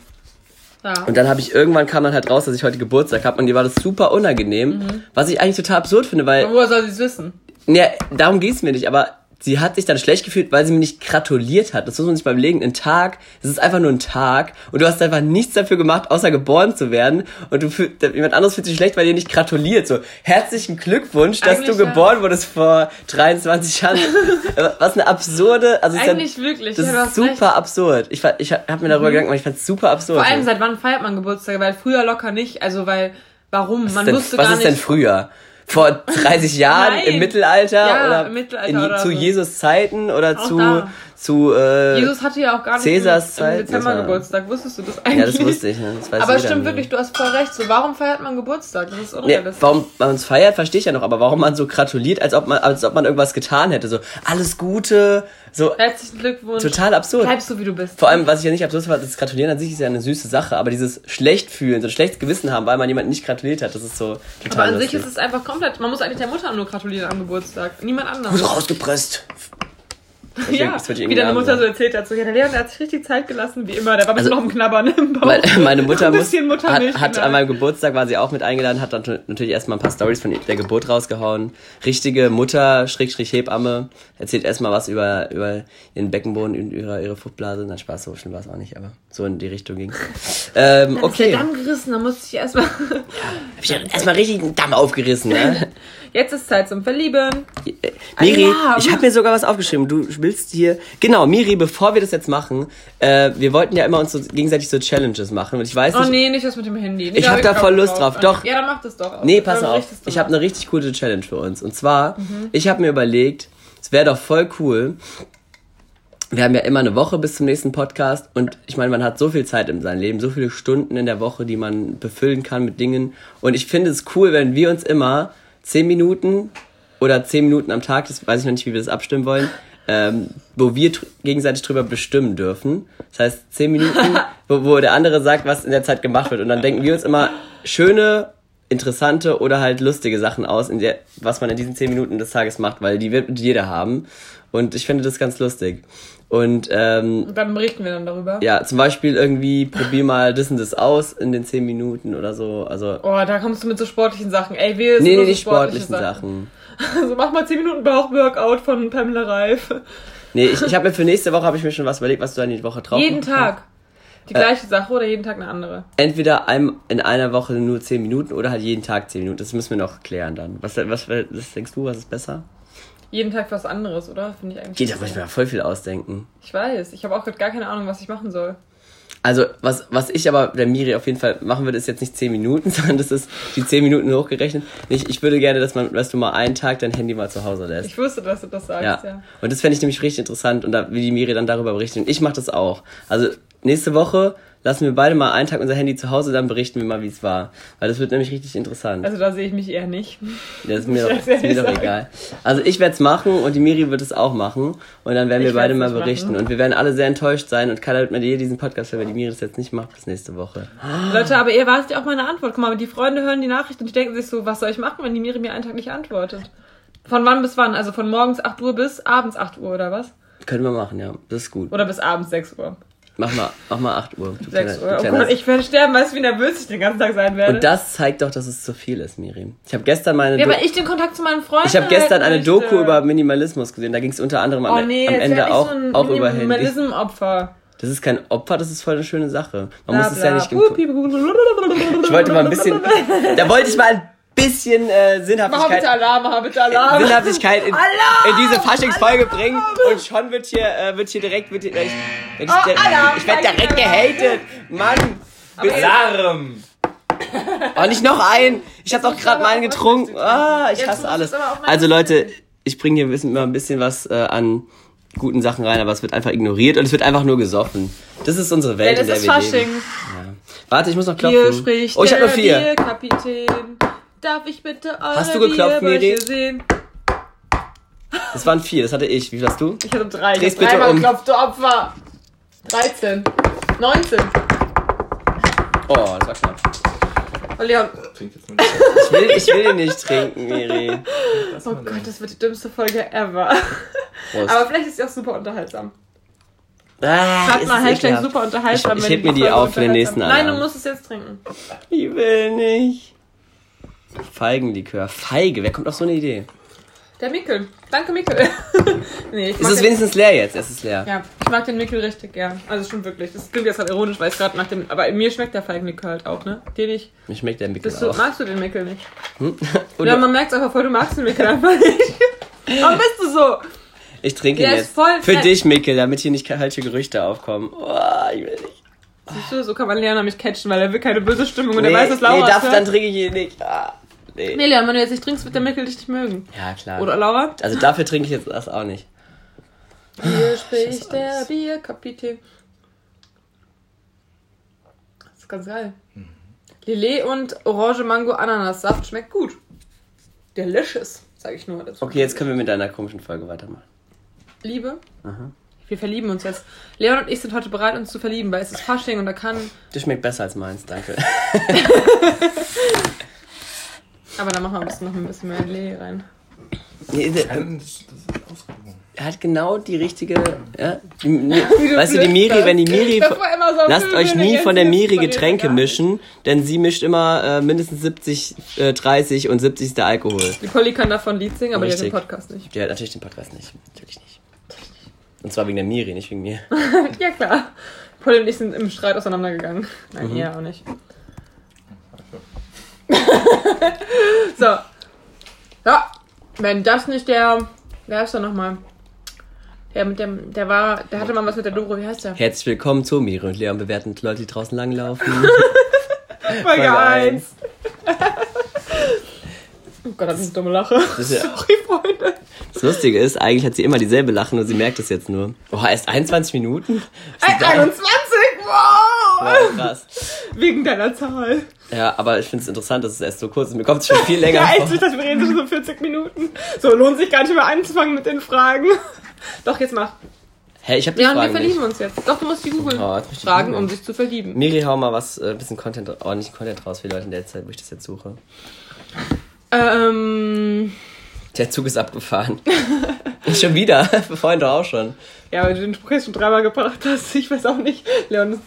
[SPEAKER 1] Ja.
[SPEAKER 2] und dann habe ich irgendwann kam dann halt raus, dass ich heute Geburtstag habe und dir war das super unangenehm, was ich eigentlich total absurd finde, weil
[SPEAKER 1] Woher soll sie es wissen?
[SPEAKER 2] ja, darum ging's mir nicht, aber sie hat sich dann schlecht gefühlt, weil sie mir nicht gratuliert hat. Das muss man sich beim Legen. Ein Tag, es ist einfach nur ein Tag und du hast einfach nichts dafür gemacht, außer geboren zu werden. Und du fühl, jemand anderes fühlt sich schlecht, weil dir nicht gratuliert. So, herzlichen Glückwunsch, dass
[SPEAKER 1] Eigentlich
[SPEAKER 2] du
[SPEAKER 1] ja.
[SPEAKER 2] geboren wurdest vor 23 Jahren. Was eine absurde, also es ist ja-
[SPEAKER 1] Eigentlich wirklich.
[SPEAKER 2] das
[SPEAKER 1] ja, du
[SPEAKER 2] ist
[SPEAKER 1] hast recht. Mhm.
[SPEAKER 2] super absurd. Ich, fa- ich habe mir darüber Gedanken gemacht, ich fand's super absurd.
[SPEAKER 1] Vor allem, seit wann feiert man Geburtstage? Weil früher locker nicht. Also, weil, warum? Man
[SPEAKER 2] denn,
[SPEAKER 1] wusste
[SPEAKER 2] was
[SPEAKER 1] gar
[SPEAKER 2] ist
[SPEAKER 1] nicht.
[SPEAKER 2] denn früher? Vor 30 Jahren
[SPEAKER 1] Nein.
[SPEAKER 2] im Mittelalter
[SPEAKER 1] Ja,
[SPEAKER 2] oder,
[SPEAKER 1] im Mittelalter
[SPEAKER 2] in,
[SPEAKER 1] oder
[SPEAKER 2] zu
[SPEAKER 1] so.
[SPEAKER 2] Jesus Zeiten oder
[SPEAKER 1] Auch
[SPEAKER 2] zu
[SPEAKER 1] da.
[SPEAKER 2] zu äh,
[SPEAKER 1] Jesus hatte ja auch gar nicht
[SPEAKER 2] Cäsars
[SPEAKER 1] im, im
[SPEAKER 2] Zeit, das
[SPEAKER 1] Dezember
[SPEAKER 2] war-
[SPEAKER 1] Geburtstag. Wusstest du das eigentlich?
[SPEAKER 2] Ja, das wusste ich, ne? das weiß
[SPEAKER 1] Aber
[SPEAKER 2] jeder
[SPEAKER 1] stimmt
[SPEAKER 2] nur.
[SPEAKER 1] wirklich, du hast voll recht. So, warum feiert man Geburtstag? Das ist
[SPEAKER 2] Nee,
[SPEAKER 1] unrealistisch.
[SPEAKER 2] warum man uns feiert, verstehe ich ja noch, aber warum man so gratuliert, als ob man als ob man irgendwas getan hätte, so alles Gute, so
[SPEAKER 1] Herzlichen Glückwunsch.
[SPEAKER 2] total absurd.
[SPEAKER 1] Bleibst du, wie du bist.
[SPEAKER 2] Vor allem, was ich ja nicht absurd fand, das Gratulieren an sich ist ja eine süße Sache, aber dieses schlecht fühlen, so ein schlechtes Gewissen haben, weil man jemanden nicht gratuliert hat, das ist so
[SPEAKER 1] Aber
[SPEAKER 2] total
[SPEAKER 1] an sich
[SPEAKER 2] lustig.
[SPEAKER 1] ist es einfach komplett. Man muss eigentlich der Mutter nur gratulieren am Geburtstag. Niemand anderem.
[SPEAKER 2] Gut rausgepresst. Das wird-
[SPEAKER 1] Ja,
[SPEAKER 2] das wird
[SPEAKER 1] wie
[SPEAKER 2] irgendwie
[SPEAKER 1] deine
[SPEAKER 2] arm
[SPEAKER 1] Mutter
[SPEAKER 2] sein.
[SPEAKER 1] so erzählt hat. So, ja, der Leon der hat sich richtig Zeit gelassen, wie immer. Der war ein bisschen
[SPEAKER 2] Also,
[SPEAKER 1] noch im Knabbern im Bauch.
[SPEAKER 2] Meine, meine
[SPEAKER 1] Oh.
[SPEAKER 2] Mutter
[SPEAKER 1] Ein
[SPEAKER 2] muss,
[SPEAKER 1] bisschen genau. Muttermilch
[SPEAKER 2] hat, hat
[SPEAKER 1] hinein.
[SPEAKER 2] an meinem Geburtstag war sie auch mit eingeladen, hat dann t- natürlich erstmal ein paar Stories von der Geburt rausgehauen. Richtige Mutter, Schrägstrich Hebamme, erzählt erstmal was über, über ihren Beckenboden und ihre, ihre Fruchtblase. Na, Spaß, so schlimm war es auch nicht, aber so in die Richtung ging
[SPEAKER 1] Dann
[SPEAKER 2] ähm,
[SPEAKER 1] Ist
[SPEAKER 2] Okay,
[SPEAKER 1] der
[SPEAKER 2] hab
[SPEAKER 1] Damm gerissen, da musste ich erstmal.
[SPEAKER 2] ich dann erstmal richtig einen Damm aufgerissen. Ne?
[SPEAKER 1] Jetzt ist Zeit zum Verlieben.
[SPEAKER 2] Äh, Miri,
[SPEAKER 1] Alarm.
[SPEAKER 2] ich habe mir sogar was aufgeschrieben. Du willst hier. Genau, Miri, bevor wir das jetzt machen, äh, wir wollten ja immer uns so gegenseitig so Challenges machen. Und ich weiß
[SPEAKER 1] Oh
[SPEAKER 2] nicht,
[SPEAKER 1] nee, nicht das mit dem Handy. Nee,
[SPEAKER 2] Ich hab
[SPEAKER 1] hab
[SPEAKER 2] da
[SPEAKER 1] keinen
[SPEAKER 2] voll
[SPEAKER 1] Bock
[SPEAKER 2] Lust drauf. Doch.
[SPEAKER 1] Ja, dann mach das doch.
[SPEAKER 2] Nee,
[SPEAKER 1] Das
[SPEAKER 2] pass
[SPEAKER 1] war
[SPEAKER 2] auf.
[SPEAKER 1] richtig
[SPEAKER 2] Ich habe eine richtig coole Challenge für uns. Und zwar,
[SPEAKER 1] Mhm.
[SPEAKER 2] ich habe mir überlegt, es wäre doch voll cool. Wir haben ja immer eine Woche bis zum nächsten Podcast und ich meine, man hat so viel Zeit in seinem Leben, so viele Stunden in der Woche, die man befüllen kann mit Dingen. Und ich finde es cool, wenn wir uns immer zehn Minuten oder zehn Minuten am Tag, das weiß ich noch nicht, wie wir das abstimmen wollen, ähm, wo wir tr- gegenseitig drüber bestimmen dürfen. Das heißt, zehn Minuten, wo, wo der andere sagt, was in der Zeit gemacht wird. Und dann denken wir uns immer schöne, interessante oder halt lustige Sachen aus, in der, was man in diesen zehn Minuten des Tages macht, weil die wird jeder haben. Und ich finde das ganz lustig. Und ähm,
[SPEAKER 1] Und dann berichten wir dann darüber.
[SPEAKER 2] ja, zum Beispiel irgendwie probier mal das und das aus in den zehn Minuten oder so. Also
[SPEAKER 1] Oh, da kommst du mit so sportlichen Sachen. Ey, wir sind
[SPEAKER 2] nee,
[SPEAKER 1] nur
[SPEAKER 2] nee,
[SPEAKER 1] so
[SPEAKER 2] nicht sportlichen Sachen.
[SPEAKER 1] Also mach mal 10 Minuten Bauchworkout von Pamela Reif.
[SPEAKER 2] Nee, ich, ich habe mir für nächste Woche habe ich mir schon was überlegt, was du dann die Woche drauf
[SPEAKER 1] jeden
[SPEAKER 2] machen kannst.
[SPEAKER 1] Tag. Die
[SPEAKER 2] Äh.
[SPEAKER 1] gleiche Sache oder jeden Tag eine andere.
[SPEAKER 2] Entweder einem, in einer Woche nur zehn Minuten oder halt jeden Tag zehn Minuten. Das müssen wir noch klären dann. Was, was, was denkst du, was ist besser?
[SPEAKER 1] Jeden Tag was anderes, oder? Finde ich eigentlich.
[SPEAKER 2] Geht, da muss ich mir voll viel ausdenken.
[SPEAKER 1] Ich weiß. Ich habe auch gerade gar keine Ahnung, was ich machen soll.
[SPEAKER 2] Also, was, was ich aber der Miri auf jeden Fall machen würde, ist jetzt nicht 10 Minuten, sondern das ist die 10 Minuten hochgerechnet. Ich, ich würde gerne, dass man, dass du mal einen Tag dein Handy mal zu Hause lässt.
[SPEAKER 1] Ich wusste, dass du das sagst,
[SPEAKER 2] Ja.
[SPEAKER 1] ja.
[SPEAKER 2] Und das fände ich nämlich richtig interessant und da, wie die Miri dann darüber berichtet. Und ich mache das auch. Also, nächste Woche lassen wir beide mal einen Tag unser Handy zu Hause, dann berichten wir mal, wie es war. Weil das wird nämlich richtig interessant.
[SPEAKER 1] Also da sehe ich mich eher nicht.
[SPEAKER 2] das ist mir,
[SPEAKER 1] muss
[SPEAKER 2] doch,
[SPEAKER 1] ich
[SPEAKER 2] ist mir
[SPEAKER 1] ehrlich
[SPEAKER 2] doch
[SPEAKER 1] sagen.
[SPEAKER 2] egal. Also, ich werde es machen und die Miri wird es auch machen. Und dann werden
[SPEAKER 1] Ich
[SPEAKER 2] wir beide
[SPEAKER 1] werd's
[SPEAKER 2] mal
[SPEAKER 1] nicht
[SPEAKER 2] berichten.
[SPEAKER 1] machen.
[SPEAKER 2] Und wir werden alle sehr enttäuscht sein und keiner wird mit dir diesen Podcast, hören, wenn die Miri das jetzt nicht macht, bis nächste Woche.
[SPEAKER 1] Leute, aber ihr wartet ja auch meine Antwort. Guck mal, die Freunde hören die Nachricht und die denken sich so, was soll ich machen, wenn die Miri mir einen Tag nicht antwortet? Von wann bis wann? Also von morgens 8 Uhr bis abends 8 Uhr oder was?
[SPEAKER 2] Können wir machen, ja. Das ist gut.
[SPEAKER 1] Oder bis abends 6 Uhr?
[SPEAKER 2] Mach mal, mach mal 8 Uhr. Du
[SPEAKER 1] 6
[SPEAKER 2] kleiner-
[SPEAKER 1] Uhr.
[SPEAKER 2] du
[SPEAKER 1] Oh
[SPEAKER 2] kleiner-
[SPEAKER 1] Gott, ich werde sterben. Weißt du, wie nervös ich den ganzen Tag sein werde?
[SPEAKER 2] Und das zeigt doch, dass es zu viel ist, Miriam. Ich habe gestern meine.
[SPEAKER 1] ja,
[SPEAKER 2] Do-
[SPEAKER 1] aber ich den Kontakt zu meinen Freunden.
[SPEAKER 2] ich habe gestern eine
[SPEAKER 1] halten
[SPEAKER 2] Doku
[SPEAKER 1] möchte.
[SPEAKER 2] über Minimalismus gesehen. Da ging es unter anderem
[SPEAKER 1] Oh
[SPEAKER 2] am,
[SPEAKER 1] nee,
[SPEAKER 2] am
[SPEAKER 1] jetzt
[SPEAKER 2] Ende
[SPEAKER 1] werde ich
[SPEAKER 2] auch,
[SPEAKER 1] so ein
[SPEAKER 2] auch über Handy.
[SPEAKER 1] Minimalism-Opfer.
[SPEAKER 2] Das ist kein Opfer, das ist voll eine schöne Sache.
[SPEAKER 1] Bla,
[SPEAKER 2] Man muss es ja
[SPEAKER 1] bla.
[SPEAKER 2] nicht.
[SPEAKER 1] Puh,
[SPEAKER 2] im-
[SPEAKER 1] piep, puh, blablabla.
[SPEAKER 2] Ich wollte mal ein bisschen. da wollte ich mal ein bisschen äh,
[SPEAKER 1] Mach bitte
[SPEAKER 2] Sinnhaftigkeit.
[SPEAKER 1] Alarm, mach bitte Alarm.
[SPEAKER 2] Sinnhaftigkeit in,
[SPEAKER 1] Alarm!
[SPEAKER 2] in diese Faschingsfolge bringen und schon wird hier, äh, wird hier direkt, wird hier, ich, ich,
[SPEAKER 1] Oh, Alarm!
[SPEAKER 2] ich werde direkt gehatet. Mann,
[SPEAKER 3] Alarm!
[SPEAKER 2] Oh, nicht noch einen. Ich habe doch gerade mal einen getrunken. Ah, ich
[SPEAKER 1] Jetzt
[SPEAKER 2] hasse
[SPEAKER 1] musst
[SPEAKER 2] alles.
[SPEAKER 1] du es aber auch mal
[SPEAKER 2] Also Leute, ich bringe hier wissen immer ein bisschen was äh, an guten Sachen rein, aber es wird einfach ignoriert und es wird einfach nur gesoffen. Das ist unsere
[SPEAKER 1] Denn
[SPEAKER 2] Welt, in
[SPEAKER 1] es
[SPEAKER 2] der
[SPEAKER 1] ist
[SPEAKER 2] wir
[SPEAKER 1] Fasching.
[SPEAKER 2] leben. Warte, ich muss noch klopfen.
[SPEAKER 1] Hier spricht
[SPEAKER 2] oh, ich habe
[SPEAKER 1] der
[SPEAKER 2] nur vier.
[SPEAKER 1] Bierkapitän. Darf ich bitte eure
[SPEAKER 2] Hast du geklopft,
[SPEAKER 1] Bierbäuche
[SPEAKER 2] Miri?
[SPEAKER 1] sehen?
[SPEAKER 2] Das waren vier. Das hatte ich. Wie viel hast du?
[SPEAKER 1] Ich hatte drei.
[SPEAKER 2] Dreh's
[SPEAKER 1] Ich hab
[SPEAKER 2] bitte
[SPEAKER 1] dreimal
[SPEAKER 2] um.
[SPEAKER 1] geklopft, du Opfer. 13. 19.
[SPEAKER 2] Oh, das war knapp.
[SPEAKER 1] Oh, Leon.
[SPEAKER 3] Trinkt jetzt mal.
[SPEAKER 2] Ich will, ich will nicht trinken, Miri.
[SPEAKER 1] Oh Gott, das wird die dümmste Folge ever.
[SPEAKER 2] Prost.
[SPEAKER 1] Aber vielleicht ist sie auch super unterhaltsam.
[SPEAKER 2] ah,
[SPEAKER 1] Hat
[SPEAKER 2] ist
[SPEAKER 1] mal
[SPEAKER 2] es
[SPEAKER 1] Hashtag
[SPEAKER 2] ekelhaft.
[SPEAKER 1] super unterhaltsam.
[SPEAKER 2] Ich- ich
[SPEAKER 1] wenn
[SPEAKER 2] heb mir die
[SPEAKER 1] Folge
[SPEAKER 2] auf für den
[SPEAKER 1] unterhaltsam-
[SPEAKER 2] nächsten
[SPEAKER 1] Nein, du
[SPEAKER 2] Alarm.
[SPEAKER 1] musst es jetzt trinken.
[SPEAKER 2] Ich will nicht. Feigenlikör. Feige, wer kommt auf so eine Idee?
[SPEAKER 1] Der Mickel. Danke, Mickel. nee, ich
[SPEAKER 2] Ist
[SPEAKER 1] mag
[SPEAKER 2] es
[SPEAKER 1] den,
[SPEAKER 2] wenigstens leer jetzt? Es ist leer.
[SPEAKER 1] ja, ich mag den Mickel richtig gern. Also schon wirklich. Das klingt jetzt gerade ironisch, weil es gerade nach dem. Aber mir schmeckt der Feigenlikör halt auch, ne? Den ich.
[SPEAKER 2] Mir schmeckt der Mickel
[SPEAKER 1] Bist du,
[SPEAKER 2] auch.
[SPEAKER 1] magst du den Mickel nicht?
[SPEAKER 2] Und
[SPEAKER 1] ja, man merkt es einfach voll, du magst den Mickel einfach nicht. Warum bist du so?
[SPEAKER 2] ich trinke
[SPEAKER 1] Der
[SPEAKER 2] ihn
[SPEAKER 1] ist
[SPEAKER 2] jetzt.
[SPEAKER 1] voll
[SPEAKER 2] Für
[SPEAKER 1] fett.
[SPEAKER 2] dich, Mickel, damit hier nicht falsche Gerüchte aufkommen. Oh, ich will nicht.
[SPEAKER 1] Siehst du, so kann man Leon nämlich catchen, weil er will keine böse Stimmung und er weiß, dass Laura
[SPEAKER 2] nee
[SPEAKER 1] es
[SPEAKER 2] darf,
[SPEAKER 1] hört.
[SPEAKER 2] dann trinke ich ihn nicht. Ah, nee.
[SPEAKER 1] Nee, Leon, wenn du jetzt nicht trinkst, wird der Mickel dich nicht mögen.
[SPEAKER 2] Ja, klar.
[SPEAKER 1] Oder Laura?
[SPEAKER 2] also dafür trinke ich jetzt das auch nicht. Ah,
[SPEAKER 1] Hier spricht der Bierkapitän. Das ist ganz geil.
[SPEAKER 2] Mhm.
[SPEAKER 1] Lillet und Orange Mango Ananassaft schmeckt gut. Delicious, sage ich nur dazu.
[SPEAKER 2] Okay, jetzt können wir mit deiner komischen Folge weitermachen.
[SPEAKER 1] Liebe. Wir verlieben uns jetzt. Leon und ich sind heute bereit, uns zu verlieben, weil es ist Fasching und da kann.
[SPEAKER 2] Das schmeckt besser als meins, danke.
[SPEAKER 1] Aber da machen wir am besten noch ein bisschen mehr Lillet rein.
[SPEAKER 2] Nee, der-
[SPEAKER 3] Das, das ist ausgewogen.
[SPEAKER 2] Er hat genau die richtige. Ja, die,
[SPEAKER 1] Wie du
[SPEAKER 2] weißt du, die Miri,
[SPEAKER 1] flüsterst.
[SPEAKER 2] wenn die Miri.
[SPEAKER 1] Das war immer so
[SPEAKER 2] Lasst
[SPEAKER 1] blöd,
[SPEAKER 2] euch
[SPEAKER 1] wenn
[SPEAKER 2] nie
[SPEAKER 1] ihr
[SPEAKER 2] von der
[SPEAKER 1] jetzt
[SPEAKER 2] Miri
[SPEAKER 1] bei dir
[SPEAKER 2] Getränke
[SPEAKER 1] gar nicht-
[SPEAKER 2] mischen, denn sie mischt immer äh, mindestens 70, äh, 30 und 70 ist der Alkohol.
[SPEAKER 1] Die Polly kann davon Lied singen, aber die
[SPEAKER 2] Richtig.
[SPEAKER 1] hat den Podcast nicht.
[SPEAKER 2] Die hört natürlich den Podcast nicht. Natürlich nicht. Und zwar wegen der Miri, nicht wegen mir.
[SPEAKER 1] Ja, klar. Polly und ich sind im Streit auseinandergegangen. Nein,
[SPEAKER 2] Mhm.
[SPEAKER 1] ihr auch nicht. So. Ja, wenn das nicht der. Wer ist da nochmal? Der mit dem. Der war. Der hatte mal was mit der Doro. Wie heißt der?
[SPEAKER 2] Herzlich willkommen zu Miri und Leon bewerten Leute, die draußen langlaufen.
[SPEAKER 1] Folge
[SPEAKER 2] eins.
[SPEAKER 1] eins. Oh Gott, das ist eine dumme Lache.
[SPEAKER 2] Das ist ja-
[SPEAKER 1] Sorry, Freunde.
[SPEAKER 2] Das Lustige ist, eigentlich hat sie immer dieselbe Lachen und sie merkt es jetzt nur. Boah, erst 21 Minuten?
[SPEAKER 1] Ey, 21! Wow!
[SPEAKER 2] Krass.
[SPEAKER 1] Wegen deiner Zahl.
[SPEAKER 2] Ja, aber ich finde es interessant, dass es erst so kurz ist. Mir kommt es schon viel länger
[SPEAKER 1] Ja,
[SPEAKER 2] vor.
[SPEAKER 1] jetzt ich dachte, wir reden schon so 40 Minuten. So, lohnt sich gar nicht mehr anzufangen mit den Fragen. Doch, jetzt mach.
[SPEAKER 2] Hä, ich habe die
[SPEAKER 1] Ja, und wir
[SPEAKER 2] Fragen
[SPEAKER 1] verlieben
[SPEAKER 2] nicht.
[SPEAKER 1] uns jetzt. Doch, du musst die googeln.
[SPEAKER 2] Oh, jetzt muss ich die
[SPEAKER 1] Fragen,
[SPEAKER 2] googeln.
[SPEAKER 1] um sich zu verlieben.
[SPEAKER 2] Miri, hau mal was, äh, bisschen Content, ordentlichen Content raus für die Leute in der Zeit, wo ich das jetzt suche.
[SPEAKER 1] Ähm.
[SPEAKER 2] Der Zug ist abgefahren. schon wieder. Vorhin doch auch schon.
[SPEAKER 1] Ja, weil du den Spruch jetzt schon dreimal gebracht hast. Ich weiß auch nicht. Leon ist.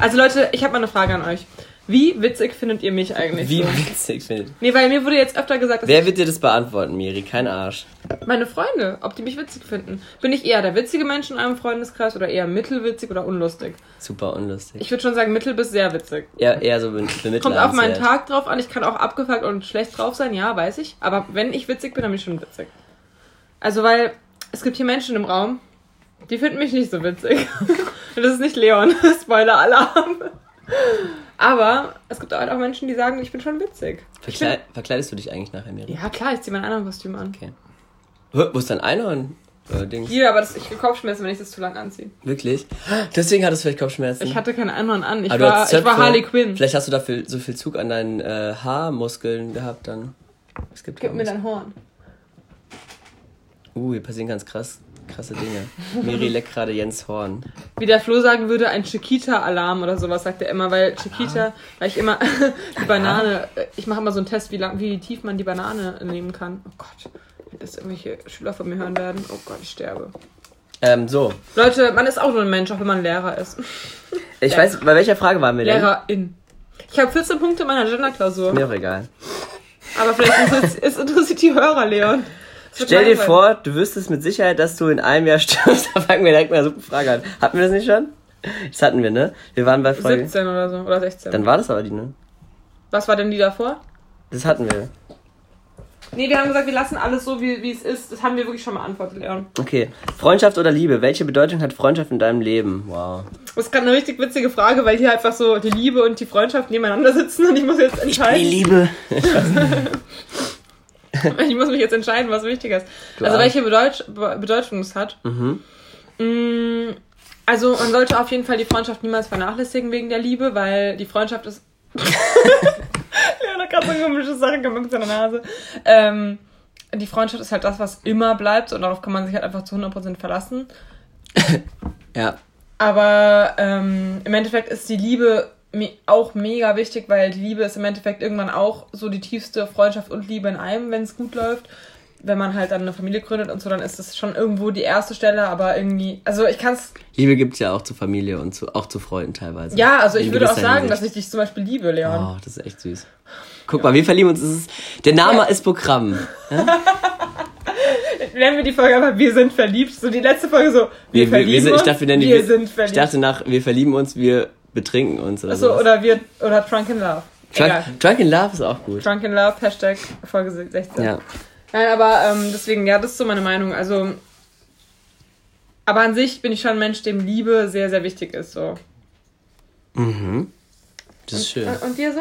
[SPEAKER 1] Also, Leute, ich habe mal eine Frage an euch. Wie witzig findet ihr mich eigentlich?
[SPEAKER 2] Wie
[SPEAKER 1] So?
[SPEAKER 2] witzig findet.
[SPEAKER 1] Nee, weil mir wurde jetzt öfter gesagt, dass
[SPEAKER 2] Wer wird dir das beantworten, Miri? Kein Arsch.
[SPEAKER 1] meine Freunde, ob die mich witzig finden. Bin ich eher der witzige Mensch in einem Freundeskreis oder eher mittelwitzig oder unlustig?
[SPEAKER 2] Super unlustig.
[SPEAKER 1] Ich würde schon sagen, mittel bis sehr witzig.
[SPEAKER 2] Ja, eher so be- bemitleidenswert.
[SPEAKER 1] Kommt auf meinen Tag drauf an. Ich kann auch abgefuckt und schlecht drauf sein, ja, weiß ich. Aber wenn ich witzig bin, dann bin ich schon witzig. Also, weil es gibt hier Menschen im Raum, die finden mich nicht so witzig. und das ist nicht Leon. Spoiler-Alarm. Aber es gibt halt auch Menschen, die sagen, ich bin schon witzig. Ich bin,
[SPEAKER 2] Verkleid, verkleidest du dich eigentlich nachher, Miri?
[SPEAKER 1] ja, klar, ich ziehe mein anderen Kostüm an.
[SPEAKER 2] Okay. Hä, Wo ist dein Einhorn? Äh, Ding.
[SPEAKER 1] Hier, aber das, ich kriege Kopfschmerzen, wenn ich das zu lang anziehe.
[SPEAKER 2] Wirklich? Deswegen hattest du vielleicht Kopfschmerzen.
[SPEAKER 1] Ich hatte keinen anderen an. Ich,
[SPEAKER 2] Hm. Aber du
[SPEAKER 1] war,
[SPEAKER 2] hattest
[SPEAKER 1] ich war
[SPEAKER 2] Zöpfe.
[SPEAKER 1] Harley Quinn.
[SPEAKER 2] Vielleicht hast du dafür so viel Zug an deinen äh, Haarmuskeln gehabt dann. Es gibt
[SPEAKER 1] Gib mir
[SPEAKER 2] Haarmuskeln.
[SPEAKER 1] dein Horn.
[SPEAKER 2] Uh, hier passieren ganz krass, krasse Dinge. Miri leckt gerade Jens Horn.
[SPEAKER 1] wie der Flo sagen würde, ein Chiquita-Alarm oder sowas, sagt er immer, weil
[SPEAKER 2] Ah.
[SPEAKER 1] Chiquita, weil ich immer die Banane, äh, ich mache immer so einen Test, wie, lang, wie tief man die Banane nehmen kann. Oh Gott, wenn das irgendwelche Schüler von mir hören werden. Oh Gott, ich sterbe.
[SPEAKER 2] Ähm, so.
[SPEAKER 1] Leute, man ist auch nur ein Mensch, auch wenn man Lehrer ist.
[SPEAKER 2] Ich weiß, bei welcher Frage waren wir denn?
[SPEAKER 1] Lehrerin. Ich habe 14 Punkte in meiner Genderklausur.
[SPEAKER 2] Mir auch egal.
[SPEAKER 1] Aber vielleicht interessiert, es interessiert die Hörer, Leon. Es wird
[SPEAKER 2] Stell dir
[SPEAKER 1] langweilig.
[SPEAKER 2] vor, du wüsstest mit Sicherheit, dass du in einem Jahr stirbst. Da fangen wir direkt mit einer super Frage an. Hatten wir das nicht schon? Das hatten wir, ne? Wir waren bei Folge.
[SPEAKER 1] 17 oder so, oder 16.
[SPEAKER 2] Dann war das aber die, ne?
[SPEAKER 1] Was war denn die davor?
[SPEAKER 2] Das hatten wir.
[SPEAKER 1] Nee, wir haben gesagt, wir lassen alles so, wie, wie es ist. Das haben wir wirklich schon beantwortet, Leon.
[SPEAKER 2] Okay. Freundschaft oder Liebe? Welche Bedeutung hat Freundschaft in deinem Leben? Wow.
[SPEAKER 1] Das ist gerade eine richtig witzige Frage, weil hier einfach so die Liebe und die Freundschaft nebeneinander sitzen und ich muss jetzt entscheiden.
[SPEAKER 2] Liebe.
[SPEAKER 1] Ich, muss mich jetzt entscheiden, was wichtiger ist.
[SPEAKER 2] Klar. Mhm.
[SPEAKER 1] Also welche Bedeut Be- Bedeutung es hat. Mm, Also man sollte auf jeden Fall die Freundschaft niemals vernachlässigen wegen der Liebe, weil die Freundschaft ist. Leon hat gerade so komische Sachen gemacht mit seiner Nase. Ähm, die Freundschaft ist halt das, was immer bleibt und darauf kann man sich halt einfach zu 100% verlassen.
[SPEAKER 2] Ja.
[SPEAKER 1] Aber ähm, im Endeffekt ist die Liebe me auch mega wichtig, weil die Liebe ist im Endeffekt irgendwann auch so die tiefste Freundschaft und Liebe in einem, wenn es gut läuft. Wenn man halt dann eine Familie gründet und so, dann ist das schon irgendwo die erste Stelle, aber irgendwie, also ich kann es,
[SPEAKER 2] Liebe gibt's ja auch zur Familie und zu, auch zu Freunden teilweise.
[SPEAKER 1] ja, also ich
[SPEAKER 2] In
[SPEAKER 1] würde auch
[SPEAKER 2] gewisser
[SPEAKER 1] sagen,
[SPEAKER 2] Hinsicht.
[SPEAKER 1] dass ich dich zum Beispiel liebe, Leon.
[SPEAKER 2] Oh, das ist echt süß. Guck mal, wir verlieben uns. Es ist, der Name ist Programm.
[SPEAKER 1] Nennen wir die Folge einfach, wir sind verliebt. So die letzte Folge so, wir,
[SPEAKER 2] Wir, wir,
[SPEAKER 1] verlieben
[SPEAKER 2] wir sind,
[SPEAKER 1] uns,
[SPEAKER 2] ich dachte, wir, nennen die-
[SPEAKER 1] wir sind verliebt.
[SPEAKER 2] Ich dachte nach, wir verlieben uns, wir betrinken uns oder
[SPEAKER 1] Achso,
[SPEAKER 2] so.
[SPEAKER 1] oder wir, oder Drunk in Love. Egal.
[SPEAKER 2] Drunk, Drunk in Love ist auch gut.
[SPEAKER 1] Drunk in Love, Hashtag Folge 16.
[SPEAKER 2] Ja.
[SPEAKER 1] Nein, aber ähm, deswegen, ja, das ist so meine Meinung. Also, aber an sich bin ich schon ein Mensch, dem Liebe sehr, sehr wichtig ist. So.
[SPEAKER 2] Mhm. Das ist schön.
[SPEAKER 1] Und, und dir so,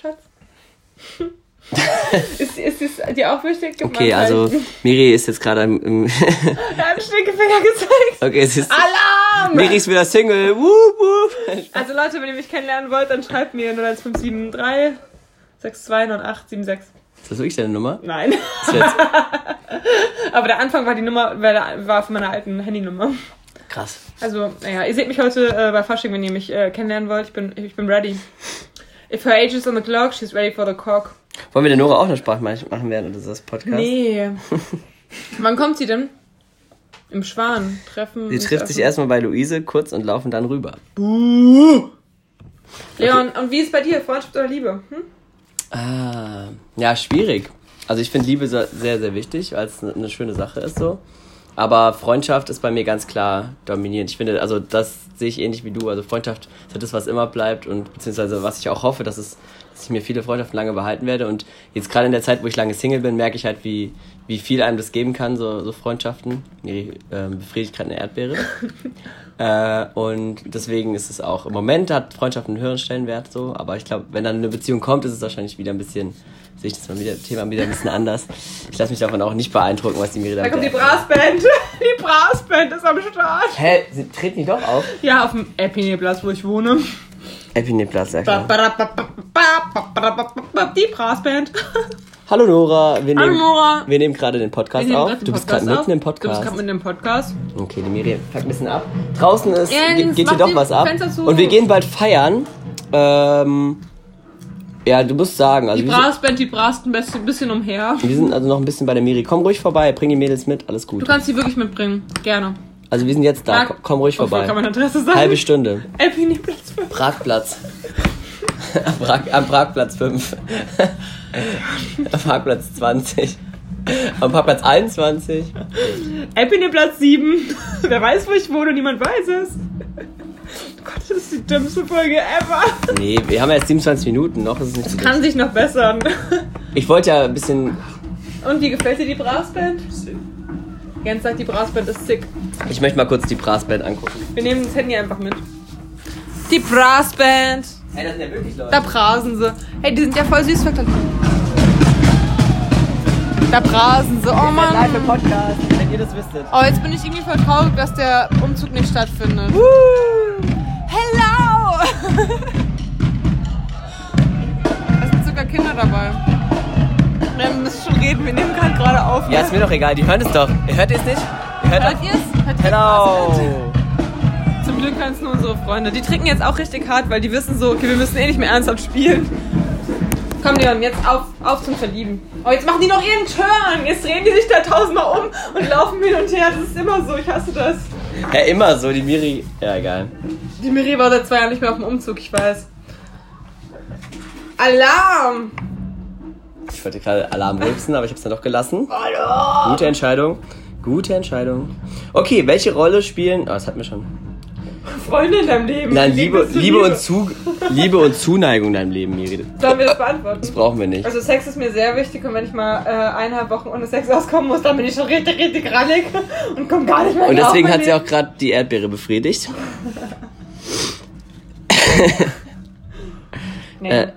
[SPEAKER 1] Schatz? ist, ist, es dir auch wichtig? Gib mal
[SPEAKER 2] Okay,
[SPEAKER 1] ein
[SPEAKER 2] also
[SPEAKER 1] Zeichen.
[SPEAKER 2] Miri ist jetzt gerade im, im
[SPEAKER 1] Da hat ein Stinkefinger gezeigt.
[SPEAKER 2] Okay, es
[SPEAKER 1] Ah,
[SPEAKER 2] ist
[SPEAKER 1] Alarm!
[SPEAKER 2] Miri ist wieder Single. Wup, wup.
[SPEAKER 1] Also Leute, wenn ihr mich kennenlernen wollt, dann schreibt mir 01573 62 9876.
[SPEAKER 2] Ist das wirklich deine Nummer?
[SPEAKER 1] Nein.
[SPEAKER 2] Ist jetzt
[SPEAKER 1] Aber der Anfang war die Nummer, war war von meiner alten Handynummer.
[SPEAKER 2] krass.
[SPEAKER 1] Also, naja, ihr seht mich heute äh, bei Fasching, wenn ihr mich äh, kennenlernen wollt. Ich bin, ich bin ready. If her age is on the clock, she's ready for the cock.
[SPEAKER 2] Wollen wir der Nora auch eine Sprachmachung machen während unseres Podcasts?
[SPEAKER 1] Nee. Wann kommt sie denn? Im Schwan. Treffen.
[SPEAKER 2] Sie trifft sich erstmal bei Luise kurz und laufen dann rüber.
[SPEAKER 1] Leon, und wie ist bei dir? Freundschaft oder Liebe? Hm?
[SPEAKER 2] Ah, ja, schwierig. Also ich finde Liebe so- sehr, sehr wichtig, weil es eine eine schöne Sache ist so. Aber Freundschaft ist bei mir ganz klar dominierend. Ich finde, also das sehe ich ähnlich wie du. Also Freundschaft ist halt das, was immer bleibt und beziehungsweise was ich auch hoffe, dass, es, dass ich mir viele Freundschaften lange behalten werde. Und jetzt gerade in der Zeit, wo ich lange Single bin, merke ich halt, wie, wie viel einem das geben kann, so, so Freundschaften. Nee, ähm, befriedigt gerade eine Erdbeere. Äh, und deswegen ist es auch, im Moment hat Freundschaft einen höheren Stellenwert so, aber ich glaube, wenn dann eine Beziehung kommt, ist es wahrscheinlich wieder ein bisschen, sehe ich das mal wieder, Thema wieder ein bisschen anders. Ich lasse mich davon auch nicht beeindrucken, was die mir
[SPEAKER 1] Da
[SPEAKER 2] damit
[SPEAKER 1] kommt die
[SPEAKER 2] der-
[SPEAKER 1] Brassband. Die Brassband ist am Start.
[SPEAKER 2] Hä, sie treten die doch auf?
[SPEAKER 1] Ja, auf dem Epineplatz, wo ich wohne.
[SPEAKER 2] Epineplatz, ja
[SPEAKER 1] Ba,
[SPEAKER 2] klar.
[SPEAKER 1] ba, da, ba, ba, ba, ba, ba, ba, ba, ba, Die Brassband.
[SPEAKER 2] Hallo Nora, wir
[SPEAKER 1] Hallo
[SPEAKER 2] nehmen,
[SPEAKER 1] Nora.
[SPEAKER 2] wir nehmen gerade den Podcast
[SPEAKER 1] Wir nehmen
[SPEAKER 2] auf.
[SPEAKER 1] gerade den
[SPEAKER 2] Du bist
[SPEAKER 1] Podcast
[SPEAKER 2] gerade mitten
[SPEAKER 1] auf.
[SPEAKER 2] im
[SPEAKER 1] Du bist
[SPEAKER 2] Podcast.
[SPEAKER 1] gerade mitten im Podcast.
[SPEAKER 2] Okay, die Miri packt ein bisschen ab. Draußen ist,
[SPEAKER 1] Jens,
[SPEAKER 2] geht, geht
[SPEAKER 1] mach
[SPEAKER 2] hier doch
[SPEAKER 1] die
[SPEAKER 2] was ab.
[SPEAKER 1] Fenster zu.
[SPEAKER 2] Und wir gehen bald feiern. Ähm, ja, du musst sagen, also
[SPEAKER 1] Die
[SPEAKER 2] wir sind-
[SPEAKER 1] Brassband, die brast ein bisschen, bisschen umher.
[SPEAKER 2] Wir sind also noch ein bisschen bei der Miri. Komm ruhig vorbei, bring die Mädels mit, alles
[SPEAKER 1] Du
[SPEAKER 2] gut.
[SPEAKER 1] kannst die wirklich mitbringen. Gerne.
[SPEAKER 2] Also wir sind jetzt da,
[SPEAKER 1] Marc-
[SPEAKER 2] komm, komm ruhig
[SPEAKER 1] Und voll kann
[SPEAKER 2] vorbei.
[SPEAKER 1] mein Adresse sagen.
[SPEAKER 2] Halbe Stunde.
[SPEAKER 1] Alpiniplatz 5.
[SPEAKER 2] Pragplatz. Am, Prag, am Pragplatz 5. am Parkplatz 20. Am Parkplatz 21.
[SPEAKER 1] Alpiniplatz 7. Wer weiß, wo ich wohne, niemand weiß es. Oh Gott, das ist die dümmste Folge ever.
[SPEAKER 2] Nee, wir haben ja jetzt 27 Minuten, noch ist es nicht zu
[SPEAKER 1] Kann sich noch bessern.
[SPEAKER 2] Ich wollte ja ein bisschen.
[SPEAKER 1] Und wie gefällt dir die Brassband? Jens sagt, die Brassband ist sick.
[SPEAKER 2] Ich möchte mal kurz die Brassband angucken.
[SPEAKER 1] Wir nehmen das Handy einfach mit. Die Brassband.
[SPEAKER 2] Hey, das sind ja wirklich Leute.
[SPEAKER 1] Da brasen sie. Hey, die sind ja voll süß. guck mal. Da brasen sie. Oh Mann.
[SPEAKER 2] Podcast, wenn ihr das wisstet.
[SPEAKER 1] Oh, jetzt bin ich irgendwie voll traurig, dass der Umzug nicht stattfindet. Hello! Es sind sogar Kinder dabei. Wir müssen schon reden, wir nehmen gerade gerade auf. ne?
[SPEAKER 2] Ja, ist mir doch egal, die hören es doch. Ihr hört es nicht? Ihr hört
[SPEAKER 1] Hört
[SPEAKER 2] doch- Genau.
[SPEAKER 1] ihr es? Hört ihr's?
[SPEAKER 2] Hello!
[SPEAKER 1] Zum Glück hören es nur unsere Freunde. Die trinken jetzt auch richtig hart, weil die wissen so, okay, wir müssen eh nicht mehr ernsthaft spielen. Komm, Leon, jetzt auf, auf zum Verlieben. Oh, jetzt machen die noch ihren Turn. Jetzt drehen die sich da tausendmal um und laufen hin und her. Das ist immer so, ich hasse das.
[SPEAKER 2] Ja, immer so, die Miri. Ja, egal.
[SPEAKER 1] Die Miri war seit zwei Jahren nicht mehr auf dem Umzug, ich weiß. Alarm!
[SPEAKER 2] Ich wollte gerade Alarm rülpsen, aber ich habe es dann doch gelassen. Gute Entscheidung. Gute Entscheidung. Okay, welche Rolle spielen. Oh, das hatten wir schon.
[SPEAKER 1] Freunde in deinem Leben.
[SPEAKER 2] Nein,
[SPEAKER 1] Wie
[SPEAKER 2] Liebe,
[SPEAKER 1] bist du
[SPEAKER 2] Liebe, und, Zu Liebe und Zuneigung in deinem Leben, Miri.
[SPEAKER 1] Sollen wir das
[SPEAKER 2] Das
[SPEAKER 1] beantworten?
[SPEAKER 2] brauchen wir nicht.
[SPEAKER 1] Also Sex ist mir sehr wichtig und wenn ich mal äh, eineinhalb Wochen ohne Sex auskommen muss, dann bin ich schon richtig, richtig rallig und komme gar nicht mehr
[SPEAKER 2] Und
[SPEAKER 1] klar auf
[SPEAKER 2] deswegen
[SPEAKER 1] mein
[SPEAKER 2] hat sie
[SPEAKER 1] Leben.
[SPEAKER 2] auch gerade die Erdbeere befriedigt.
[SPEAKER 1] Nee.
[SPEAKER 2] äh,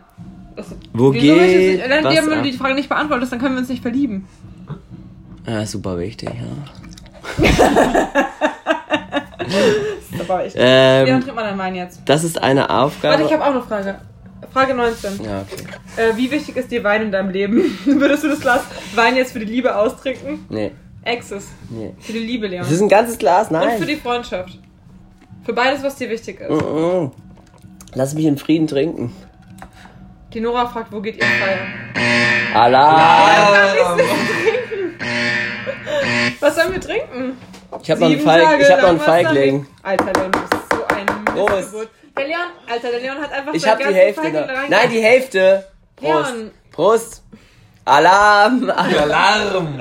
[SPEAKER 1] Das-
[SPEAKER 2] wo
[SPEAKER 1] Wieso hab ich das
[SPEAKER 2] geht
[SPEAKER 1] nicht- Wenn
[SPEAKER 2] was
[SPEAKER 1] dir
[SPEAKER 2] ab?
[SPEAKER 1] die Frage nicht beantwortest, dann können wir uns nicht verlieben.
[SPEAKER 2] Ah, super wichtig, ja.
[SPEAKER 1] Aber ich. Leon,
[SPEAKER 2] Ähm,
[SPEAKER 1] trink mal deinen Wein jetzt.
[SPEAKER 2] das ist eine
[SPEAKER 1] Warte, ich
[SPEAKER 2] Aufgabe.
[SPEAKER 1] habe auch eine Frage. Frage 19.
[SPEAKER 2] Ja, okay.
[SPEAKER 1] Äh, wie wichtig ist dir Wein in deinem Leben? Würdest du das Glas Wein jetzt für die Liebe austrinken?
[SPEAKER 2] Nee,
[SPEAKER 1] Exes.
[SPEAKER 2] nee.
[SPEAKER 1] Für die Liebe, Leon.
[SPEAKER 2] Das ist ein ganzes Glas,
[SPEAKER 1] Und für
[SPEAKER 2] nein.
[SPEAKER 1] die Freundschaft. Für beides, was dir wichtig ist.
[SPEAKER 2] Oh. Mm-mm. Mm, Lass mich in Frieden trinken.
[SPEAKER 1] Die Nora fragt, wo geht ihr feiern?
[SPEAKER 2] Alarm!
[SPEAKER 1] Was sollen wir trinken?
[SPEAKER 2] Ich hab noch einen
[SPEAKER 1] Sieben
[SPEAKER 2] Feig,
[SPEAKER 1] Tage,
[SPEAKER 2] ich hab noch
[SPEAKER 1] dann
[SPEAKER 2] einen
[SPEAKER 1] was dann?
[SPEAKER 2] Feigling.
[SPEAKER 1] Alter, Leon, du bist so ein
[SPEAKER 2] Prost.
[SPEAKER 1] Missgeburt. Der Leon, Alter, der Leon hat einfach
[SPEAKER 2] Ich
[SPEAKER 1] seinen
[SPEAKER 2] hab die
[SPEAKER 1] ganzen
[SPEAKER 2] Hälfte.
[SPEAKER 1] Feigling
[SPEAKER 2] Noch.
[SPEAKER 1] da rein-
[SPEAKER 2] Nein, die Hälfte. Prost.
[SPEAKER 1] Leon.
[SPEAKER 2] Prost. Alarm.
[SPEAKER 3] Alarm!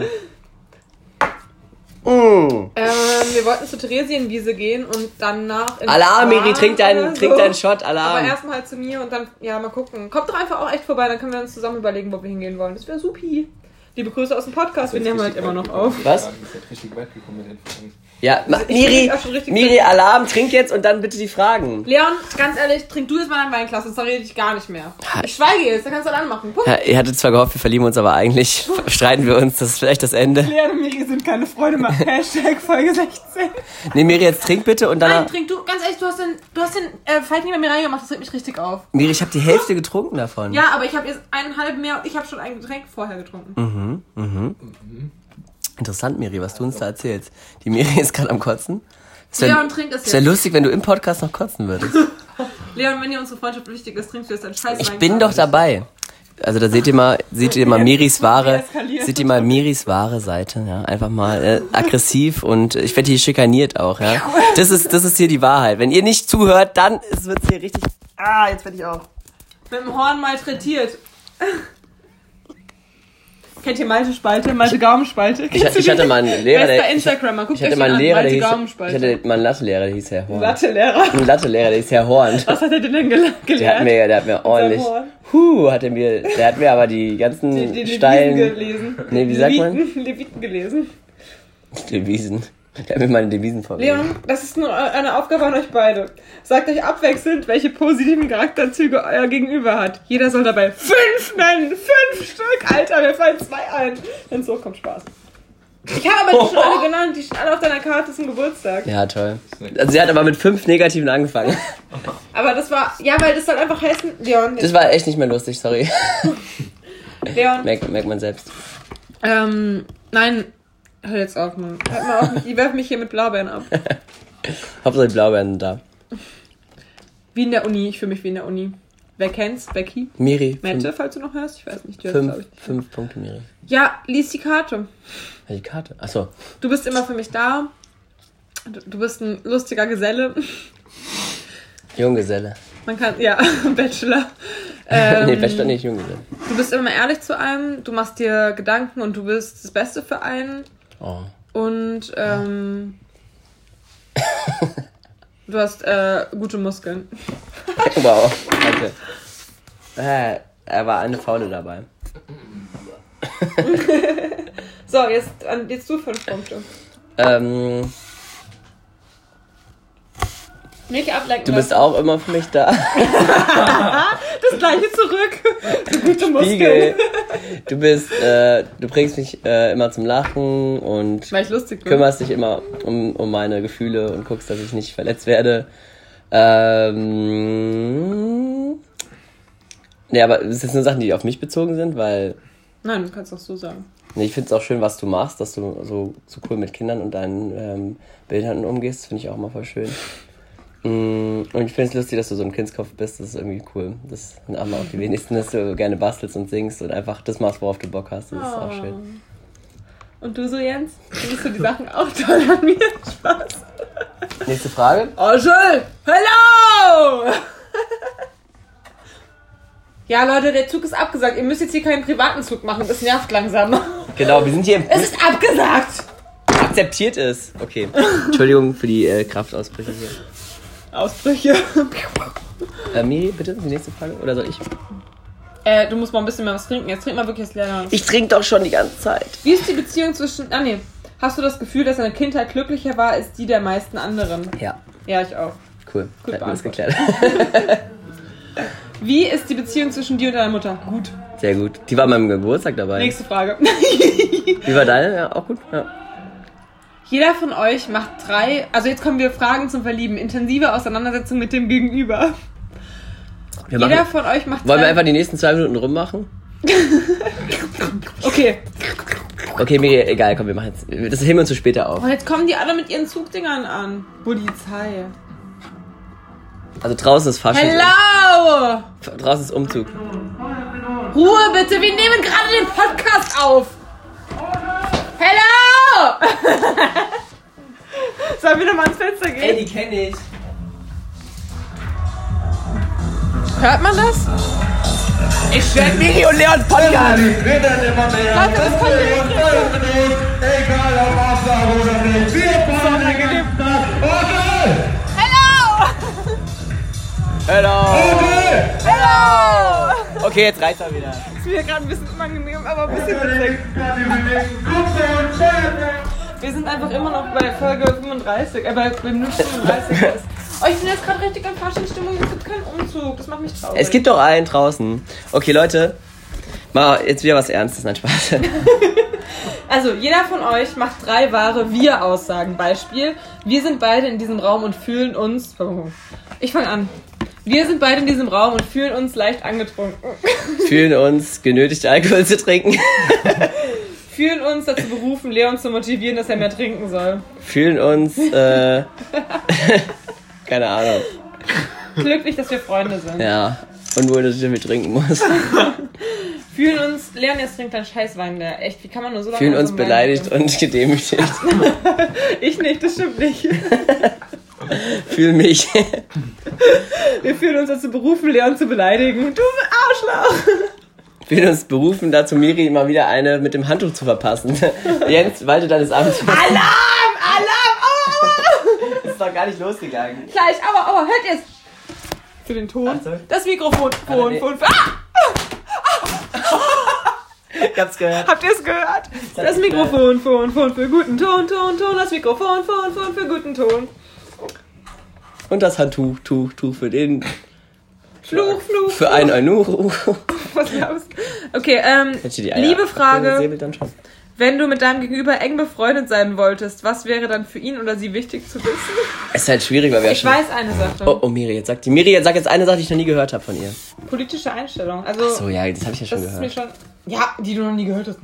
[SPEAKER 2] Mm.
[SPEAKER 1] Ähm, wir wollten zur Theresienwiese gehen und danach... in
[SPEAKER 2] Alarm,
[SPEAKER 1] die
[SPEAKER 2] Miri,
[SPEAKER 1] Bahn
[SPEAKER 2] trink deinen,
[SPEAKER 1] oder
[SPEAKER 2] trink
[SPEAKER 1] so.
[SPEAKER 2] deinen Shot.
[SPEAKER 1] Aber
[SPEAKER 2] Alarm.
[SPEAKER 1] erstmal zu mir und dann, ja, mal gucken. Kommt doch einfach auch echt vorbei, dann können wir uns zusammen überlegen, wo wir hingehen wollen. Das wäre supi. Liebe Grüße aus dem Podcast, wir nehmen halt immer noch auf.
[SPEAKER 2] Was?
[SPEAKER 3] Ihr seid halt richtig weit gekommen mit den Fragen.
[SPEAKER 2] Ja, ma-
[SPEAKER 1] Ich
[SPEAKER 2] Miri,
[SPEAKER 1] trink auch schon richtig
[SPEAKER 2] Miri, Alarm, trink jetzt und dann bitte die Fragen.
[SPEAKER 1] Leon, ganz ehrlich, trink du jetzt mal dein Weinglas, sonst rede ich gar nicht mehr. Ich schweige jetzt, dann kannst du das anmachen. Guck.
[SPEAKER 2] Ja, ihr hattet zwar gehofft, wir verlieben uns, aber eigentlich streiten wir uns. Das ist vielleicht das Ende.
[SPEAKER 1] Leon und Miri sind keine Freunde mehr. Hashtag Folge 16.
[SPEAKER 2] Nee, Miri, jetzt trink bitte und
[SPEAKER 1] Nein,
[SPEAKER 2] dann.
[SPEAKER 1] trink du, ganz ehrlich, du hast den, du hast den äh, Fight nicht bei mir reingemacht, das regt mich richtig auf.
[SPEAKER 2] Miri, ich habe die Hälfte getrunken davon.
[SPEAKER 1] Ja, aber ich habe jetzt einen halben mehr, ich habe schon ein Getränk vorher getrunken.
[SPEAKER 2] Mhm. Interessant, Miri, was du uns da erzählst. Die Miri ist gerade am Kotzen. Es
[SPEAKER 1] Leon,
[SPEAKER 2] wäre
[SPEAKER 1] trink das
[SPEAKER 2] wär
[SPEAKER 1] jetzt.
[SPEAKER 2] lustig, wenn du im Podcast noch kotzen würdest.
[SPEAKER 1] Leon, wenn dir unsere Freundschaft wichtig ist, trinkst du jetzt dein scheiß
[SPEAKER 2] Ich
[SPEAKER 1] Weinglas.
[SPEAKER 2] bin doch dabei. Also da seht ihr mal, seht ihr mal Miris wahre,
[SPEAKER 1] Deeskaliert.
[SPEAKER 2] seht ihr mal Miris wahre Seite, ja, einfach mal äh, aggressiv und äh, ich werde hier schikaniert auch, ja. Das ist das ist hier die Wahrheit. Wenn ihr nicht zuhört, dann wird's hier richtig Ah, jetzt werde ich auch.
[SPEAKER 1] Mit dem Horn malträtiert. Kennt ihr Malte Spalte? Malte Gaumenspalte?
[SPEAKER 2] Ich, ich hatte mal einen Lehrer,
[SPEAKER 1] Bester
[SPEAKER 2] der ich,
[SPEAKER 1] Instagrammer, guckt
[SPEAKER 2] ich hatte
[SPEAKER 1] euch
[SPEAKER 2] mal
[SPEAKER 1] den
[SPEAKER 2] einen
[SPEAKER 1] an.
[SPEAKER 2] Lehrer, der
[SPEAKER 1] Malte
[SPEAKER 2] hieß, ich
[SPEAKER 1] Gaumenspalte.
[SPEAKER 2] hatte mal einen Lattelehrer, der hieß Herr Horn.
[SPEAKER 1] Latte-Lehrer.
[SPEAKER 2] Ein Lattelehrer, der hieß Herr Horn.
[SPEAKER 1] Was hat er denn denn gel-
[SPEAKER 2] Der hat
[SPEAKER 1] gelernt?
[SPEAKER 2] mir, der hat mir ordentlich,
[SPEAKER 1] Horn.
[SPEAKER 2] huh, hat er mir, der hat mir aber die ganzen
[SPEAKER 1] die, die Leviten
[SPEAKER 2] steilen
[SPEAKER 1] gelesen.
[SPEAKER 2] Nee, wie sagt man?
[SPEAKER 1] Leviten, Leviten gelesen.
[SPEAKER 2] Devisen. Der hat mir meine Devisen vorgelesen.
[SPEAKER 1] Leon, das ist nur eine Aufgabe an euch beide. Sagt euch abwechselnd, welche positiven Charakterzüge euer Gegenüber hat. Jeder soll dabei fünf nennen. Fünf Stück, Alter, mir fallen zwei ein. Denn so kommt Spaß. Ich habe aber die schon alle genannt. Die stehen alle auf deiner Karte zum Geburtstag.
[SPEAKER 2] Ja, toll. Also sie hat aber mit fünf Negativen angefangen.
[SPEAKER 1] Aber das war, ja, weil das dann einfach heißen, Leon,
[SPEAKER 2] Das war echt nicht mehr lustig, sorry.
[SPEAKER 1] Leon.
[SPEAKER 2] Merkt, merkt man selbst.
[SPEAKER 1] Ähm, nein, hör jetzt auf, Mann. Hört mal auf, die werfen mich hier mit Blaubeeren ab.
[SPEAKER 2] Hauptsache die Blaubeeren sind da.
[SPEAKER 1] Wie in der Uni, ich fühle mich wie in der Uni. Wer kennt's? Becky?
[SPEAKER 2] Miri.
[SPEAKER 1] Mette, falls du noch hörst, ich weiß nicht, du hörst, glaube
[SPEAKER 2] Fünf,
[SPEAKER 1] ich.
[SPEAKER 2] fünf Punkte, Miri.
[SPEAKER 1] Ja, lies die Karte.
[SPEAKER 2] Ja, die Karte. Achso.
[SPEAKER 1] Du bist immer für mich da. Du, du bist ein lustiger Geselle.
[SPEAKER 2] Junggeselle.
[SPEAKER 1] Man kann, ja, Bachelor.
[SPEAKER 2] nee,
[SPEAKER 1] Ähm,
[SPEAKER 2] Bachelor nicht Junggeselle.
[SPEAKER 1] du bist immer ehrlich zu einem, du machst dir Gedanken und du bist das Beste für einen.
[SPEAKER 2] Oh.
[SPEAKER 1] Und ähm, du hast äh, gute Muskeln.
[SPEAKER 2] Wow. Danke. Äh, er war eine Faule dabei.
[SPEAKER 1] So, jetzt, an- jetzt du fünf Punkte.
[SPEAKER 2] Ähm,
[SPEAKER 1] Nicht ablenken.
[SPEAKER 2] du bist
[SPEAKER 1] lassen.
[SPEAKER 2] auch immer für mich da.
[SPEAKER 1] das gleiche zurück. Du gute
[SPEAKER 2] Spiegel.
[SPEAKER 1] Muskeln.
[SPEAKER 2] Du bist, äh, du bringst mich äh, immer zum Lachen und
[SPEAKER 1] Weil ich lustig bin.
[SPEAKER 2] kümmerst dich immer um, um meine Gefühle und guckst, dass ich nicht verletzt werde. Ähm. Nee, aber es sind nur Sachen, die auf mich bezogen sind, weil
[SPEAKER 1] Nein, du kannst auch so sagen.
[SPEAKER 2] nee, ich finde es auch schön, was du machst, dass du so, so cool mit Kindern und deinen ähm, Bildern umgehst. Finde ich auch mal voll schön. Mm, Und ich finde es lustig, dass du so ein Kindskopf bist. Das ist irgendwie cool. Das sind aber auch die wenigsten, dass du gerne bastelst und singst und einfach das machst, worauf du Bock hast. Das ist auch
[SPEAKER 1] Oh.
[SPEAKER 2] schön.
[SPEAKER 1] Und du so, Jens? Findest du die Sachen auch toll an mir? Spaß.
[SPEAKER 2] Oh. Nächste Frage.
[SPEAKER 1] Angel! Hello! Ja, Leute, der Zug ist abgesagt. Ihr müsst jetzt hier keinen privaten Zug machen. Das nervt langsam.
[SPEAKER 2] Genau, wir sind hier im
[SPEAKER 1] Es ist abgesagt!
[SPEAKER 2] akzeptiert ist. Okay. Entschuldigung für die äh, Kraftausbrüche hier.
[SPEAKER 1] Ausbrüche.
[SPEAKER 2] Äh, Miri, bitte, die nächste Frage. Oder soll ich?
[SPEAKER 1] Äh, du musst mal ein bisschen mehr was trinken. Jetzt trink mal wirklich das Leere.
[SPEAKER 2] Ich trinke doch schon die ganze Zeit.
[SPEAKER 1] Wie ist die Beziehung zwischen... Ah, nee. Hast du das Gefühl, dass deine Kindheit glücklicher war als die der meisten anderen?
[SPEAKER 2] Ja,
[SPEAKER 1] Ja, ich auch.
[SPEAKER 2] cool. Gut, Hätten wir uns
[SPEAKER 1] beantwortet.
[SPEAKER 2] geklärt.
[SPEAKER 1] Wie ist die Beziehung zwischen dir und deiner Mutter? Gut.
[SPEAKER 2] Sehr gut. Die war an meinem Geburtstag dabei.
[SPEAKER 1] Nächste Frage.
[SPEAKER 2] Wie war deine? Ja, auch gut. Ja.
[SPEAKER 1] Jeder von euch macht drei, also jetzt kommen wir Fragen zum Verlieben. Intensive Auseinandersetzung mit dem Gegenüber.
[SPEAKER 2] Wir
[SPEAKER 1] Jeder
[SPEAKER 2] machen,
[SPEAKER 1] von euch macht
[SPEAKER 2] wollen wir
[SPEAKER 1] drei.
[SPEAKER 2] einfach die nächsten zwei Minuten rummachen?
[SPEAKER 1] okay.
[SPEAKER 2] Okay, Miri, egal, komm, wir machen jetzt. Das heben wir uns für später auf.
[SPEAKER 1] Und jetzt kommen die alle mit ihren Zugdingern an. Polizei.
[SPEAKER 2] Also draußen ist Fasching.
[SPEAKER 1] Hello!
[SPEAKER 2] Draußen ist Umzug.
[SPEAKER 1] Ruhe bitte, wir nehmen gerade den Podcast auf. Hello! Sollen wir nochmal ans Fenster gehen?
[SPEAKER 2] die kenne ich.
[SPEAKER 1] Hört man das?
[SPEAKER 2] Ich werde Miri und Leon Podcast.
[SPEAKER 3] Wir werden immer mehr.
[SPEAKER 1] Leute, das kommt
[SPEAKER 3] wir
[SPEAKER 1] nicht.
[SPEAKER 3] uns hören nicht. Egal ob Absage oder nicht. Wir verteidigen das. Ordnung!
[SPEAKER 1] Hello!
[SPEAKER 2] Hello.
[SPEAKER 3] Ordnung!
[SPEAKER 1] Hello!
[SPEAKER 2] Okay, jetzt reicht's mal wieder.
[SPEAKER 1] Ist wieder gerade ein bisschen unangenehm, aber ein bisschen
[SPEAKER 3] Wir
[SPEAKER 1] witzig.
[SPEAKER 3] verteidigen das. Wir verteidigen das. Gruppe und Schärfe.
[SPEAKER 1] Wir sind einfach immer noch bei Folge 35, äh, bei bei Minute 35 ist. Oh, ich bin jetzt gerade richtig in Faschingstimmung. Es gibt keinen Umzug. Das macht mich traurig.
[SPEAKER 2] Es gibt doch einen draußen. Okay, Leute. Mal jetzt wieder was Ernstes, nein Spaß.
[SPEAKER 1] Also, jeder von euch macht drei wahre Wir-Aussagen. Beispiel: Wir sind beide in diesem Raum und fühlen uns. Ich fange an. Wir sind beide in diesem Raum und fühlen uns leicht angetrunken.
[SPEAKER 2] Fühlen uns genötigt, Alkohol zu trinken.
[SPEAKER 1] Fühlen uns dazu berufen, Leon zu motivieren, dass er mehr trinken soll.
[SPEAKER 2] Fühlen uns, äh, keine Ahnung.
[SPEAKER 1] Glücklich, dass wir Freunde sind.
[SPEAKER 2] Ja. Und wo du viel trinken musst.
[SPEAKER 1] Fühlen uns. Leon, jetzt trinkt einen Scheißwein der. Echt, wie kann man nur so lange.
[SPEAKER 2] Fühlen
[SPEAKER 1] an
[SPEAKER 2] uns
[SPEAKER 1] so einem Wein
[SPEAKER 2] beleidigt
[SPEAKER 1] trinken?
[SPEAKER 2] und gedemütigt.
[SPEAKER 1] Ich nicht, das stimmt nicht.
[SPEAKER 2] Fühl mich.
[SPEAKER 1] Wir fühlen uns dazu berufen, Leon zu beleidigen. Du Arschloch!
[SPEAKER 2] Fühlen uns berufen, dazu Miri immer wieder eine mit dem Handtuch zu verpassen. Jens, walte deines Amtes.
[SPEAKER 1] Ah, Alarm! Alarm! Aua, aua, aua!
[SPEAKER 2] ist doch gar nicht losgegangen.
[SPEAKER 1] Gleich, aua, aua, hört ihr's? Für den Ton?
[SPEAKER 2] Ach so.
[SPEAKER 1] Das Mikrofon.
[SPEAKER 2] Ah, nee.
[SPEAKER 1] Fon, fon, fon. Ah!
[SPEAKER 2] Ich hab's gehört.
[SPEAKER 1] Habt ihr's gehört?
[SPEAKER 2] hat
[SPEAKER 1] Das
[SPEAKER 2] mich
[SPEAKER 1] Mikrofon, fon, fon, für guten Ton, Ton, Ton. Das Mikrofon, fon, fon, für guten Ton.
[SPEAKER 2] Und das Handtuch, Tuch, Tuch für den,
[SPEAKER 1] Fluch, Fluch.
[SPEAKER 2] für einen Eunuch.
[SPEAKER 1] Was glaubst du? Okay, ähm,
[SPEAKER 2] Hätte die Eier
[SPEAKER 1] liebe Frage,
[SPEAKER 2] abgesäbelt Dann schon.
[SPEAKER 1] wenn du mit deinem Gegenüber eng befreundet sein wolltest, was wäre dann für ihn oder sie wichtig zu wissen?
[SPEAKER 2] Ist halt schwierig, weil wir ja
[SPEAKER 1] Ich
[SPEAKER 2] schon.
[SPEAKER 1] weiß eine Sache.
[SPEAKER 2] Oh, oh, Miri, jetzt sagt die. Miri, jetzt sag jetzt eine Sache, die ich noch nie gehört habe von ihr.
[SPEAKER 1] Politische Einstellung. Also,
[SPEAKER 2] So, ja, das habe ich ja
[SPEAKER 1] das
[SPEAKER 2] schon
[SPEAKER 1] ist mir
[SPEAKER 2] gehört.
[SPEAKER 1] schon. Ja, die du noch nie gehört hast.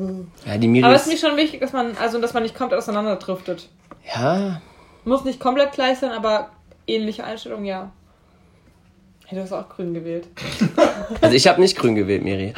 [SPEAKER 2] Ja, die Miri
[SPEAKER 1] Aber es ist
[SPEAKER 2] ist.
[SPEAKER 1] mir schon wichtig, dass man, also, dass man nicht komplett auseinanderdriftet.
[SPEAKER 2] Ja,
[SPEAKER 1] Muss nicht komplett gleich sein, aber ähnliche Einstellung, ja. Hey, du hast auch grün gewählt.
[SPEAKER 2] also ich habe nicht grün gewählt, Miri.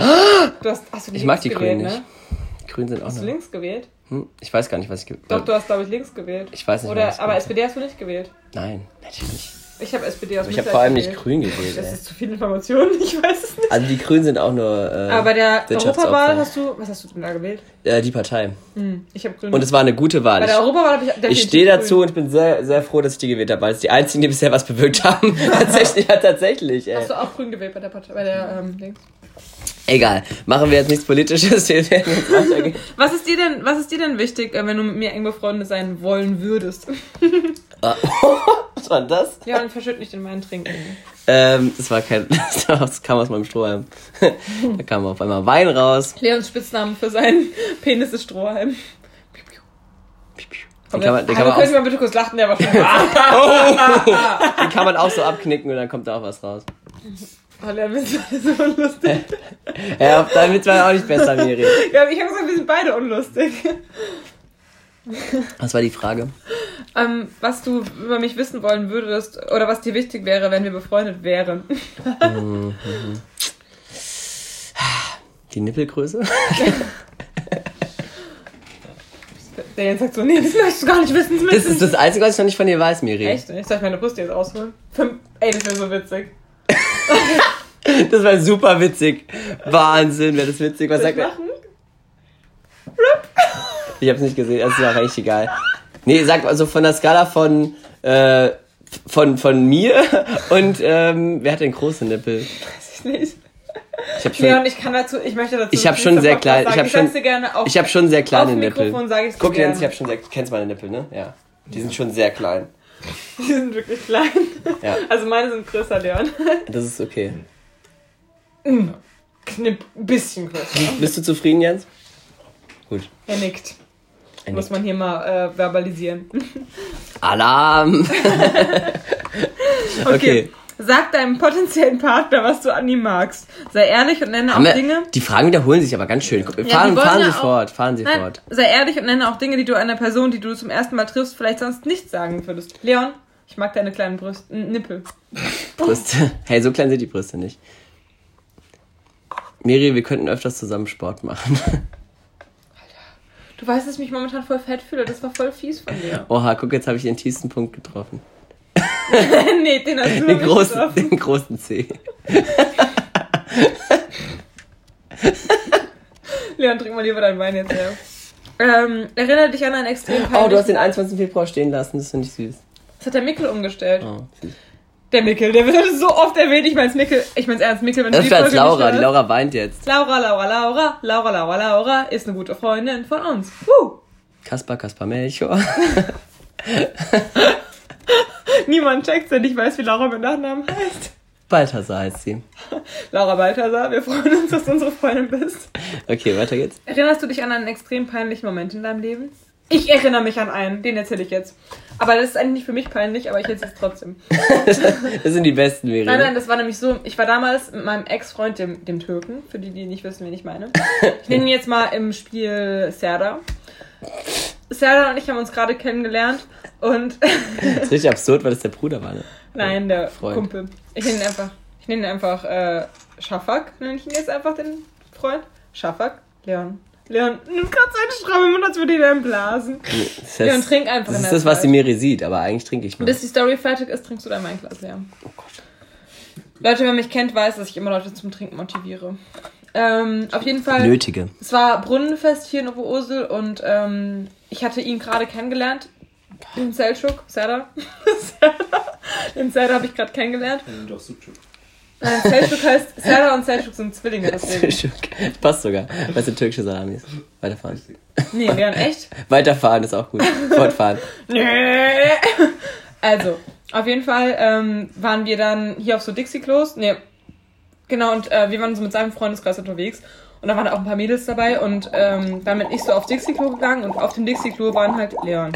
[SPEAKER 1] Du hast, hast du
[SPEAKER 2] Ich
[SPEAKER 1] links
[SPEAKER 2] mag die Grünen
[SPEAKER 1] gewählt,
[SPEAKER 2] nicht.
[SPEAKER 1] ne?
[SPEAKER 2] Grün sind auch
[SPEAKER 1] Hast du
[SPEAKER 2] noch.
[SPEAKER 1] links gewählt?
[SPEAKER 2] Hm, ich weiß gar nicht, was ich. ge-
[SPEAKER 1] Doch, du hast, glaube ich, links gewählt.
[SPEAKER 2] Ich weiß nicht,
[SPEAKER 1] Oder,
[SPEAKER 2] was ich
[SPEAKER 1] aber
[SPEAKER 2] gewählt
[SPEAKER 1] SPD hast du nicht gewählt.
[SPEAKER 2] Nein, natürlich nicht.
[SPEAKER 1] Ich habe SPD aus
[SPEAKER 2] Aber Also ich habe
[SPEAKER 1] Mitleid
[SPEAKER 2] vor allem nicht
[SPEAKER 1] gewählt.
[SPEAKER 2] grün gewählt.
[SPEAKER 1] Das
[SPEAKER 2] Ey.
[SPEAKER 1] ist zu viel Information, ich weiß es nicht.
[SPEAKER 2] Also die Grünen sind auch nur. Äh,
[SPEAKER 1] aber bei der
[SPEAKER 2] Wirtschaftsopfer.
[SPEAKER 1] Europawahl hast du, was hast du denn da gewählt?
[SPEAKER 2] Äh, die Partei.
[SPEAKER 1] Hm, ich habe grün.
[SPEAKER 2] Und es war eine gute Wahl.
[SPEAKER 1] bei der
[SPEAKER 2] Ich,
[SPEAKER 1] Europawahl habe ich definitiv
[SPEAKER 2] ich stehe dazu
[SPEAKER 1] grün.
[SPEAKER 2] und ich bin sehr, sehr froh, dass ich die gewählt habe, weil es die einzigen, die bisher was bewirkt haben. tatsächlich, ja, tatsächlich, ey.
[SPEAKER 1] Hast du auch grün gewählt bei der Partei, bei der ähm, Dings?
[SPEAKER 2] Egal. Machen wir jetzt nichts Politisches. Wir werden jetzt weitergehen.
[SPEAKER 1] Was ist dir denn, was ist dir denn wichtig, äh, wenn du mit mir eng befreundet sein wollen würdest?
[SPEAKER 2] Ah, was war denn das?
[SPEAKER 1] Ja, dann verschütt nicht in meinen Trinken.
[SPEAKER 2] Ähm, das war kein. Das kam aus meinem Strohhalm. da kam auf einmal Wein raus.
[SPEAKER 1] Leons Spitznamen für seinen Penis ist Strohhalm.
[SPEAKER 2] Den kann man,
[SPEAKER 1] Aber
[SPEAKER 2] den kann man,
[SPEAKER 1] können
[SPEAKER 2] auch,
[SPEAKER 1] wir mal bitte kurz lachen, der war schon. Ah,
[SPEAKER 2] den kann man auch so abknicken und dann kommt da auch was raus.
[SPEAKER 1] oh, Leon, wir sind beide so unlustig.
[SPEAKER 2] Ja, damit war er auch nicht besser, Miri.
[SPEAKER 1] Ja, ich habe gesagt, wir sind beide unlustig.
[SPEAKER 2] Was war die Frage?
[SPEAKER 1] Ähm, was du über mich wissen wollen würdest oder was dir wichtig wäre, wenn wir befreundet wären.
[SPEAKER 2] Die Nippelgröße?
[SPEAKER 1] Der Jens sagt so, nee, das möchtest du gar nicht wissen.
[SPEAKER 2] Das
[SPEAKER 1] Das
[SPEAKER 2] ist das Einzige, was ich noch nicht von dir weiß, Miri.
[SPEAKER 1] Echt? Ich darf meine Brust jetzt ausholen. Fünf- Ey, das wäre so witzig.
[SPEAKER 2] Das war super witzig. Wahnsinn, wäre das witzig. Was
[SPEAKER 1] Soll ich
[SPEAKER 2] sagt er?
[SPEAKER 1] machen?
[SPEAKER 2] Ich hab's nicht gesehen, das ist mir auch eigentlich egal. Nee, sag mal, also von der Skala von, äh, von, von mir und, ähm, wer hat denn große Nippel?
[SPEAKER 1] Weiß ich nicht.
[SPEAKER 2] Ich hab
[SPEAKER 1] Leon,
[SPEAKER 2] schon,
[SPEAKER 1] ich kann dazu, ich möchte dazu.
[SPEAKER 2] Ich hab
[SPEAKER 1] nichts
[SPEAKER 2] schon
[SPEAKER 1] am
[SPEAKER 2] sehr
[SPEAKER 1] Podcast
[SPEAKER 2] klein-
[SPEAKER 1] sagen. ich
[SPEAKER 2] ich hab
[SPEAKER 1] sag's
[SPEAKER 2] schon-
[SPEAKER 1] dir gerne auf,
[SPEAKER 2] ich hab schon sehr kleine
[SPEAKER 1] auf dem
[SPEAKER 2] Nippel.
[SPEAKER 1] Mikrofon sage ich dir
[SPEAKER 2] Guck,
[SPEAKER 1] gerne.
[SPEAKER 2] Jens, ich hab schon sehr, du kennst meine Nippel, ne? Ja. Die sind schon sehr klein.
[SPEAKER 1] Die sind wirklich klein.
[SPEAKER 2] Ja.
[SPEAKER 1] Also meine sind größer, Leon.
[SPEAKER 2] Das ist okay.
[SPEAKER 1] Knipp, ein bisschen größer.
[SPEAKER 2] Hm. Bist du zufrieden, Jens? Gut.
[SPEAKER 1] Er nickt.
[SPEAKER 2] Er
[SPEAKER 1] Muss
[SPEAKER 2] nickt.
[SPEAKER 1] man hier mal äh, verbalisieren.
[SPEAKER 2] Alarm!
[SPEAKER 1] Okay.
[SPEAKER 2] Okay.
[SPEAKER 1] Sag deinem potenziellen Partner, was du an ihm magst. Sei ehrlich und nenne
[SPEAKER 2] Haben
[SPEAKER 1] auch
[SPEAKER 2] wir- Oh
[SPEAKER 1] Dinge.
[SPEAKER 2] Die Fragen wiederholen sich aber ganz schön. fahren,
[SPEAKER 1] die wollen
[SPEAKER 2] fahren
[SPEAKER 1] ja
[SPEAKER 2] Sie
[SPEAKER 1] auch-
[SPEAKER 2] fort, fahren Sie
[SPEAKER 1] Nein,
[SPEAKER 2] fort.
[SPEAKER 1] sei ehrlich und nenne auch Dinge, die du einer Person, die du zum ersten Mal triffst, vielleicht sonst nicht sagen würdest. Leon, Ich mag deine kleinen Brüste. N- Nippel.
[SPEAKER 2] Brüste. Hey, so klein sind die Brüste nicht. Miri, wir könnten öfters zusammen Sport machen.
[SPEAKER 1] Du weißt, dass ich mich momentan voll fett fühle. Das war voll fies von dir.
[SPEAKER 2] Oha, guck, jetzt habe ich den tiefsten Punkt getroffen.
[SPEAKER 1] nee, den hast du noch
[SPEAKER 2] Den
[SPEAKER 1] nicht
[SPEAKER 2] großen,
[SPEAKER 1] getroffen.
[SPEAKER 2] den großen C.
[SPEAKER 1] Leon, trink mal lieber dein Wein jetzt her. Ähm, erinnere dich an einen extrem
[SPEAKER 2] Oh, du hast
[SPEAKER 1] peinlichen-
[SPEAKER 2] den 21. Februar stehen lassen, das finde ich süß.
[SPEAKER 1] Das hat der Mickel umgestellt.
[SPEAKER 2] Oh, süß.
[SPEAKER 1] Der Mickel, der wird so oft erwähnt. Ich mein's Mickel. Ich mein's ernst, Mickel, wenn du die
[SPEAKER 2] Öfter als
[SPEAKER 1] Folge nicht
[SPEAKER 2] Laura, die
[SPEAKER 1] hörst.
[SPEAKER 2] Laura weint jetzt.
[SPEAKER 1] Laura, Laura, Laura, Laura, Laura, Laura ist eine gute Freundin von uns. Huh.
[SPEAKER 2] Kaspar, Kaspar Melchior.
[SPEAKER 1] Niemand checkt, denn ich weiß, wie Laura mit Nachnamen heißt.
[SPEAKER 2] Balthasar heißt sie.
[SPEAKER 1] Laura Balthasar, wir freuen uns, dass du unsere Freundin bist.
[SPEAKER 2] Okay, weiter geht's.
[SPEAKER 1] Erinnerst du dich an einen extrem peinlichen Moment in deinem Leben? Ich erinnere mich an einen, den erzähle ich jetzt. Aber das ist eigentlich nicht für mich peinlich, aber ich erzähle es trotzdem.
[SPEAKER 2] Das sind die besten, Miri.
[SPEAKER 1] Nein, nein, das war nämlich so, ich war damals mit meinem Ex-Freund, dem, dem Türken, für die, die nicht wissen, wen ich meine. Ich nenne ihn jetzt mal im Spiel Serdar. Serdar und ich haben uns gerade kennengelernt und
[SPEAKER 2] Das ist richtig absurd, weil das der Bruder war, ne?
[SPEAKER 1] Nein, der
[SPEAKER 2] Freund.
[SPEAKER 1] Kumpel. Ich nenne ihn einfach, ich nenne ihn einfach äh, Schafak. Nenne ich ihn jetzt einfach den Freund? Schafak? Leon. Leon, nimm gerade seine Stramme mit, als würde ihn einem blasen.
[SPEAKER 2] Das
[SPEAKER 1] Leon, trink einfach
[SPEAKER 2] Das
[SPEAKER 1] in
[SPEAKER 2] ist
[SPEAKER 1] der
[SPEAKER 2] das, was
[SPEAKER 1] Zeit.
[SPEAKER 2] die Miri sieht, aber eigentlich trinke ich nur.
[SPEAKER 1] Bis die Story fertig ist, trinkst du dann mein Glas leer. Leute, wer mich kennt, weiß, dass ich immer Leute zum Trinken motiviere. Ähm, auf jeden Fall.
[SPEAKER 2] Nötige.
[SPEAKER 1] Es war Brunnenfest hier in Oberursel und ähm, ich hatte ihn gerade kennengelernt. Den Selchuk, Serdar. Serdar. Den Serdar habe ich gerade kennengelernt.
[SPEAKER 4] Doch, Sucuk.
[SPEAKER 1] Nein, Selçuk heißt, Serdar und Selçuk sind Zwillinge, deswegen.
[SPEAKER 2] Passt sogar. Weißt du, türkische Salamis. Weiterfahren.
[SPEAKER 1] Nee, Leon, echt?
[SPEAKER 2] Weiterfahren ist auch gut. Fortfahren.
[SPEAKER 1] Nee. Also, auf jeden Fall ähm, waren wir dann hier auf so Dixie-Klos. Nee, genau, und äh, wir waren so mit seinem Freundeskreis unterwegs. Und da waren auch ein paar Mädels dabei und ähm, dann bin ich so auf Dixie-Klo gegangen und auf dem Dixie-Klo waren halt, Leon,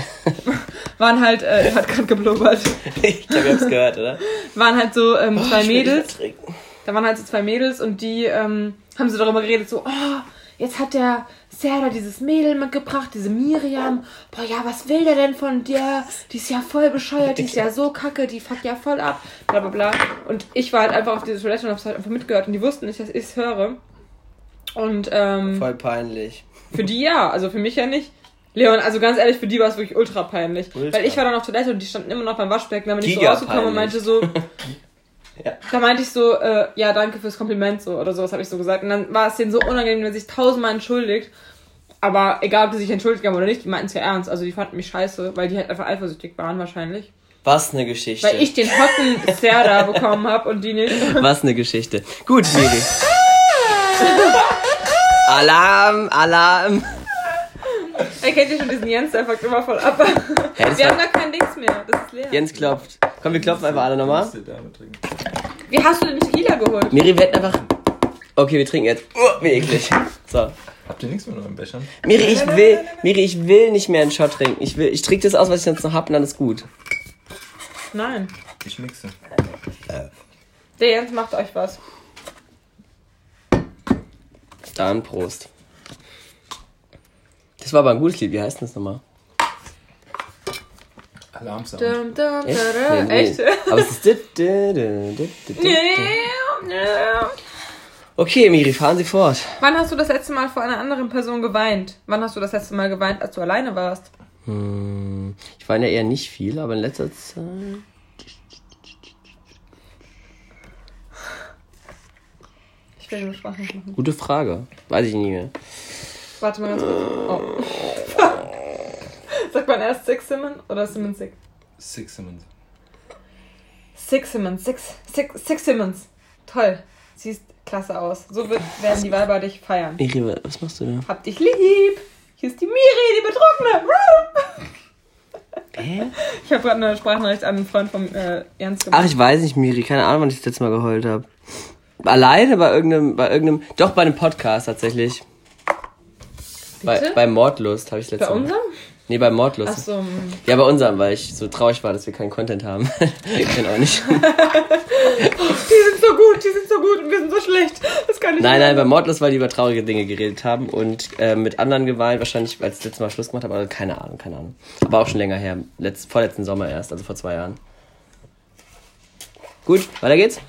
[SPEAKER 1] waren halt, äh, er hat gerade geblubbert,
[SPEAKER 2] Ich glaube, ihr habt's gehört, oder?
[SPEAKER 1] waren halt so ähm, zwei
[SPEAKER 2] Ich will
[SPEAKER 1] Mädels
[SPEAKER 2] nicht mehr trinken.
[SPEAKER 1] Da waren halt so zwei Mädels und die ähm, haben so darüber geredet, so, oh, jetzt hat der Serda dieses Mädel mitgebracht, diese Miriam. Boah, ja, was will der denn von der? Die ist ja voll bescheuert, die ist ja so kacke, die fuckt ja voll ab, bla bla bla. Und ich war halt einfach auf diese Toilette und hab's halt einfach mitgehört und die wussten nicht, dass ich es höre. Und ähm,
[SPEAKER 2] Voll peinlich.
[SPEAKER 1] für die ja, also für mich ja nicht. Leon, also ganz ehrlich, für die war es wirklich ultra peinlich.
[SPEAKER 2] Ultra.
[SPEAKER 1] Weil ich war dann auf Toilette und die standen immer noch beim Waschbecken, da bin ich so
[SPEAKER 2] Giga
[SPEAKER 1] rausgekommen und meinte
[SPEAKER 2] peinlich.
[SPEAKER 1] so,
[SPEAKER 2] Ja.
[SPEAKER 1] da meinte ich so, äh, ja, danke fürs Kompliment so oder sowas habe ich so gesagt. Und dann war es denen so unangenehm, wenn sich tausendmal entschuldigt. Aber egal, ob die sich entschuldigt haben oder nicht, die meinten es ja ernst. Also die fanden mich scheiße, weil die halt einfach eifersüchtig waren wahrscheinlich.
[SPEAKER 2] Was eine Geschichte.
[SPEAKER 1] Weil ich den hotten Serda bekommen habe und die nicht.
[SPEAKER 2] Was eine Geschichte. Gut, Miri. Alarm, Alarm.
[SPEAKER 1] Er kennt ja schon diesen Jens, der fuckt immer voll ab.
[SPEAKER 2] Hey, das
[SPEAKER 1] Wir haben
[SPEAKER 2] war-
[SPEAKER 1] gar kein Dings mehr, das ist leer.
[SPEAKER 2] Jens klopft. Komm, wir klopfen einfach alle nochmal.
[SPEAKER 1] Wie hast du den Tequila geholt?
[SPEAKER 2] Miri, wir hätten einfach. Okay, wir trinken jetzt. Oh, wie eklig. So.
[SPEAKER 4] Habt ihr nichts mehr noch im Bechern?
[SPEAKER 2] Miri, ich will, Miri, ich will nicht mehr einen Shot trinken. Ich will, ich trinke das aus, was ich jetzt noch hab, und dann ist gut.
[SPEAKER 1] Nein.
[SPEAKER 4] Ich mixe.
[SPEAKER 1] Der Jens macht euch was.
[SPEAKER 2] Dann Prost. Das war aber ein gutes Lied. Wie heißt denn das nochmal?
[SPEAKER 4] Alarmsound.
[SPEAKER 1] Dum, dum,
[SPEAKER 2] Echt?
[SPEAKER 1] dada. Echt?
[SPEAKER 2] Aber es ist. dit- dit- dit- dit- dit- dit.
[SPEAKER 1] Nee, nee.
[SPEAKER 2] Okay, Miri, fahren Sie fort.
[SPEAKER 1] Wann hast du das letzte Mal vor einer anderen Person geweint? Wann hast du das letzte Mal geweint, als du alleine warst?
[SPEAKER 2] Hm, Ich weine ja eher nicht viel, aber in letzter Zeit.
[SPEAKER 1] Ich will nur Spaß machen.
[SPEAKER 2] Gute Frage. Weiß ich nicht mehr.
[SPEAKER 1] Warte mal ganz kurz. Oh. Sagt man erst Six Simon oder Simon Six?
[SPEAKER 4] Six Simmons.
[SPEAKER 1] Six Simmons, Six, Six, Six Simmons. Toll. Siehst klasse aus. So wird, werden die Weiber dich feiern.
[SPEAKER 2] Miri, wa- was machst du da?
[SPEAKER 1] Hab dich lieb. Hier ist die Miri, die Betrunkene. Woo!
[SPEAKER 2] Hä?
[SPEAKER 1] Ich habe gerade eine Sprachnachricht an einen Freund von äh, Ernst
[SPEAKER 2] Ach,
[SPEAKER 1] gemacht.
[SPEAKER 2] ich weiß nicht, Miri. Keine Ahnung, wann ich das letzte Mal geheult habe. Alleine bei irgendeinem, bei irgendeinem, doch bei einem Podcast tatsächlich. Bei,
[SPEAKER 1] Bitte?
[SPEAKER 2] bei Mordlust habe ich das
[SPEAKER 1] Bei
[SPEAKER 2] letzte Mal.
[SPEAKER 1] unserem?
[SPEAKER 2] Nee, bei Mordlust.
[SPEAKER 1] Ach so. mm.
[SPEAKER 2] Ja, bei unserem, weil ich so traurig war, dass wir keinen Content haben. ich kann auch nicht.
[SPEAKER 1] Die sind so gut, die sind so gut und wir sind so schlecht. Das kann ich
[SPEAKER 2] Nein,
[SPEAKER 1] nicht.
[SPEAKER 2] nein, bei Mordlust, weil die über traurige Dinge geredet haben und äh, mit anderen geweint, wahrscheinlich, als ich letztes Mal Schluss gemacht habe, aber keine Ahnung, keine Ahnung. Aber auch schon länger her, letzt, vorletzten Sommer erst, also vor zwei Jahren. Gut, weiter geht's.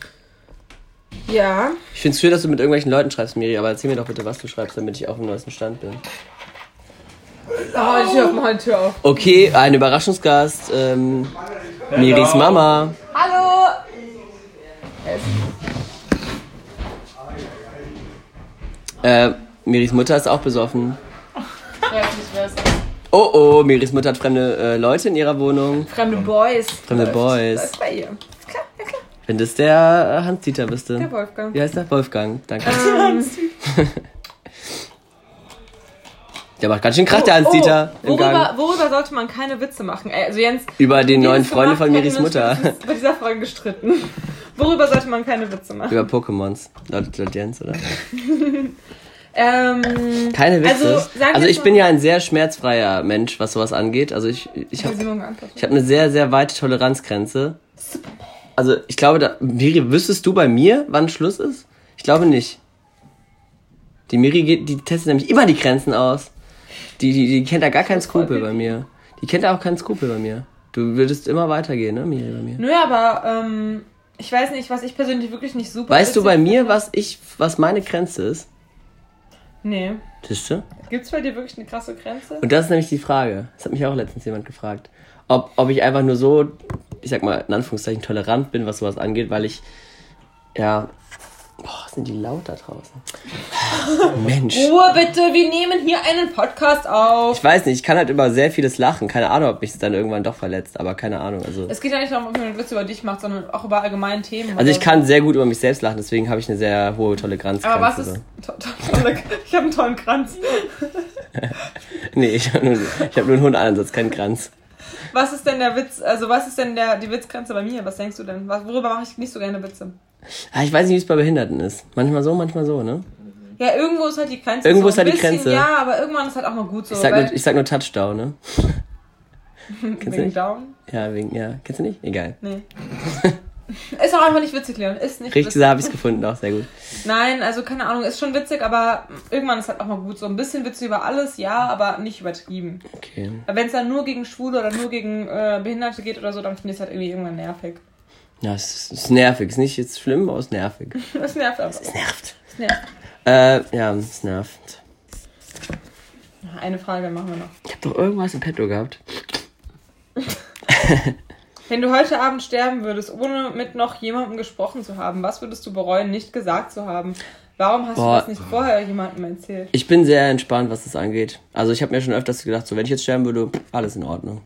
[SPEAKER 1] Ja.
[SPEAKER 2] Ich find's schön, dass du mit irgendwelchen Leuten schreibst, Miri, aber erzähl mir doch bitte, was du schreibst, damit ich auf dem neuesten Stand bin.
[SPEAKER 1] Oh, halt die Tür auf, mach die Tür auf.
[SPEAKER 2] Okay, ein Überraschungsgast. Ähm, Miris Mama.
[SPEAKER 1] Hallo!
[SPEAKER 2] Äh, Miris Mutter ist auch besoffen.
[SPEAKER 5] Freut mich was.
[SPEAKER 2] Oh oh, Miris Mutter hat fremde äh, Leute in ihrer Wohnung.
[SPEAKER 1] Fremde Boys.
[SPEAKER 2] Fremde Boys.
[SPEAKER 1] Das bei ihr. Klar, ja klar.
[SPEAKER 2] Wenn das der äh, Hans-Dieter bist.
[SPEAKER 1] Der Wolfgang.
[SPEAKER 2] Wie heißt der? Wolfgang. Danke.
[SPEAKER 1] Ähm.
[SPEAKER 2] Der macht ganz schön Krach, der Hans-Dieter. im
[SPEAKER 1] Oh, worüber,
[SPEAKER 2] Gang.
[SPEAKER 1] worüber sollte man keine Witze machen? Äh, Also Jens,
[SPEAKER 2] Über den
[SPEAKER 1] wir haben
[SPEAKER 2] neuen
[SPEAKER 1] es
[SPEAKER 2] Freunde
[SPEAKER 1] gemacht,
[SPEAKER 2] von Miris
[SPEAKER 1] hätten wir uns
[SPEAKER 2] Mutter.
[SPEAKER 1] Bei dieser Frage gestritten. Worüber sollte man keine Witze machen?
[SPEAKER 2] Über Pokémons. Lautet laut Jens, oder?
[SPEAKER 1] Ähm,
[SPEAKER 2] Keine Witze.
[SPEAKER 1] Also,
[SPEAKER 2] Also,
[SPEAKER 1] sagen wir
[SPEAKER 2] ich
[SPEAKER 1] mal-
[SPEAKER 2] bin ja ein sehr schmerzfreier Mensch, was sowas angeht. Also ich, ich
[SPEAKER 1] wie
[SPEAKER 2] habe
[SPEAKER 1] sie nun geantwortet.
[SPEAKER 2] ich hab eine sehr, sehr weite Toleranzgrenze. Also ich glaube, da, Miri, wüsstest du bei mir, wann Schluss ist? Ich glaube nicht. Die Miri geht, die testet nämlich immer die Grenzen aus. Die, die, die kennt da gar keinen Skrupel bei mir. Die kennt da auch keinen Skrupel bei mir. Du würdest immer weitergehen, ne, Miri, bei mir.
[SPEAKER 1] Nö, aber ähm, ich weiß nicht, was ich persönlich wirklich nicht super
[SPEAKER 2] Weißt du
[SPEAKER 1] witzig
[SPEAKER 2] bei mir,
[SPEAKER 1] finde.
[SPEAKER 2] was ich, was meine Grenze ist?
[SPEAKER 1] Nee.
[SPEAKER 2] Siehst du?
[SPEAKER 1] Gibt's bei dir wirklich eine krasse Grenze?
[SPEAKER 2] Und das ist nämlich die Frage. Das hat mich auch letztens jemand gefragt. Ob, ob ich einfach nur so, ich sag mal, in Anführungszeichen tolerant bin, was sowas angeht, weil ich, ja. Boah, sind die laut da draußen? Mensch.
[SPEAKER 1] Ruhe bitte, wir nehmen hier einen Podcast auf.
[SPEAKER 2] Ich weiß nicht, ich kann halt über sehr vieles lachen. Keine Ahnung, ob mich es dann irgendwann doch verletzt, aber keine Ahnung. Also,
[SPEAKER 1] Es geht ja nicht darum, ob man einen Witz über dich macht, sondern auch über allgemeine Themen.
[SPEAKER 2] also ich
[SPEAKER 1] oder
[SPEAKER 2] kann sehr gut über mich selbst lachen, deswegen habe ich eine sehr hohe Toleranzgrenze.
[SPEAKER 1] so. Aber was ist.
[SPEAKER 2] so.
[SPEAKER 1] To to tolle, ich habe einen tollen Kranz.
[SPEAKER 2] Nee, ich habe nur, ich hab nur einen hohen Ansatz, keinen Kranz.
[SPEAKER 1] Was ist denn der Witz? Also, was ist denn der, die Witzgrenze bei mir? Was denkst du denn? Was, worüber mache ich nicht so gerne Witze?
[SPEAKER 2] Ah, ich weiß nicht, wie es bei Behinderten ist. Manchmal so, manchmal so, ne?
[SPEAKER 1] Ja, irgendwo ist halt die Grenze.
[SPEAKER 2] Irgendwo
[SPEAKER 1] so
[SPEAKER 2] ist halt
[SPEAKER 1] ein
[SPEAKER 2] die
[SPEAKER 1] bisschen,
[SPEAKER 2] Grenze.
[SPEAKER 1] Ja, aber irgendwann ist halt auch mal gut so.
[SPEAKER 2] Ich sag
[SPEAKER 1] weil,
[SPEAKER 2] nur, ich sag nur Touchdown, ne? Kennst du
[SPEAKER 1] wegen
[SPEAKER 2] nicht?
[SPEAKER 1] Down?
[SPEAKER 2] Ja, wegen, ja. Kennst du nicht? Egal.
[SPEAKER 1] Nee. ist auch einfach nicht witzig, Leon. Ist nicht
[SPEAKER 2] Richtig
[SPEAKER 1] witzig.
[SPEAKER 2] habe ich es gefunden, auch sehr gut.
[SPEAKER 1] Nein, also keine Ahnung, ist schon witzig, aber irgendwann ist halt auch mal gut so. Ein bisschen Witze über alles, ja, aber nicht übertrieben.
[SPEAKER 2] Okay.
[SPEAKER 1] Wenn es dann nur gegen Schwule oder nur gegen äh, Behinderte geht oder so, dann finde ich es halt irgendwie irgendwann nervig.
[SPEAKER 2] Ja, es ist, es ist nervig. Ist nicht jetzt schlimm, aber es ist nervig.
[SPEAKER 1] Das nervt einfach.
[SPEAKER 2] Nervt.
[SPEAKER 1] Das nervt.
[SPEAKER 2] Äh, ja, es nervt.
[SPEAKER 1] Eine Frage machen wir noch.
[SPEAKER 2] Ich hab doch irgendwas im Petto gehabt.
[SPEAKER 1] Wenn du heute Abend sterben würdest, ohne mit noch jemandem gesprochen zu haben, was würdest du bereuen, nicht gesagt zu haben? Warum hast
[SPEAKER 2] Boah.
[SPEAKER 1] du das nicht vorher jemandem erzählt?
[SPEAKER 2] Ich bin sehr entspannt, was das angeht. Also ich habe mir schon öfters gedacht, so wenn ich jetzt sterben würde, pff, alles in Ordnung.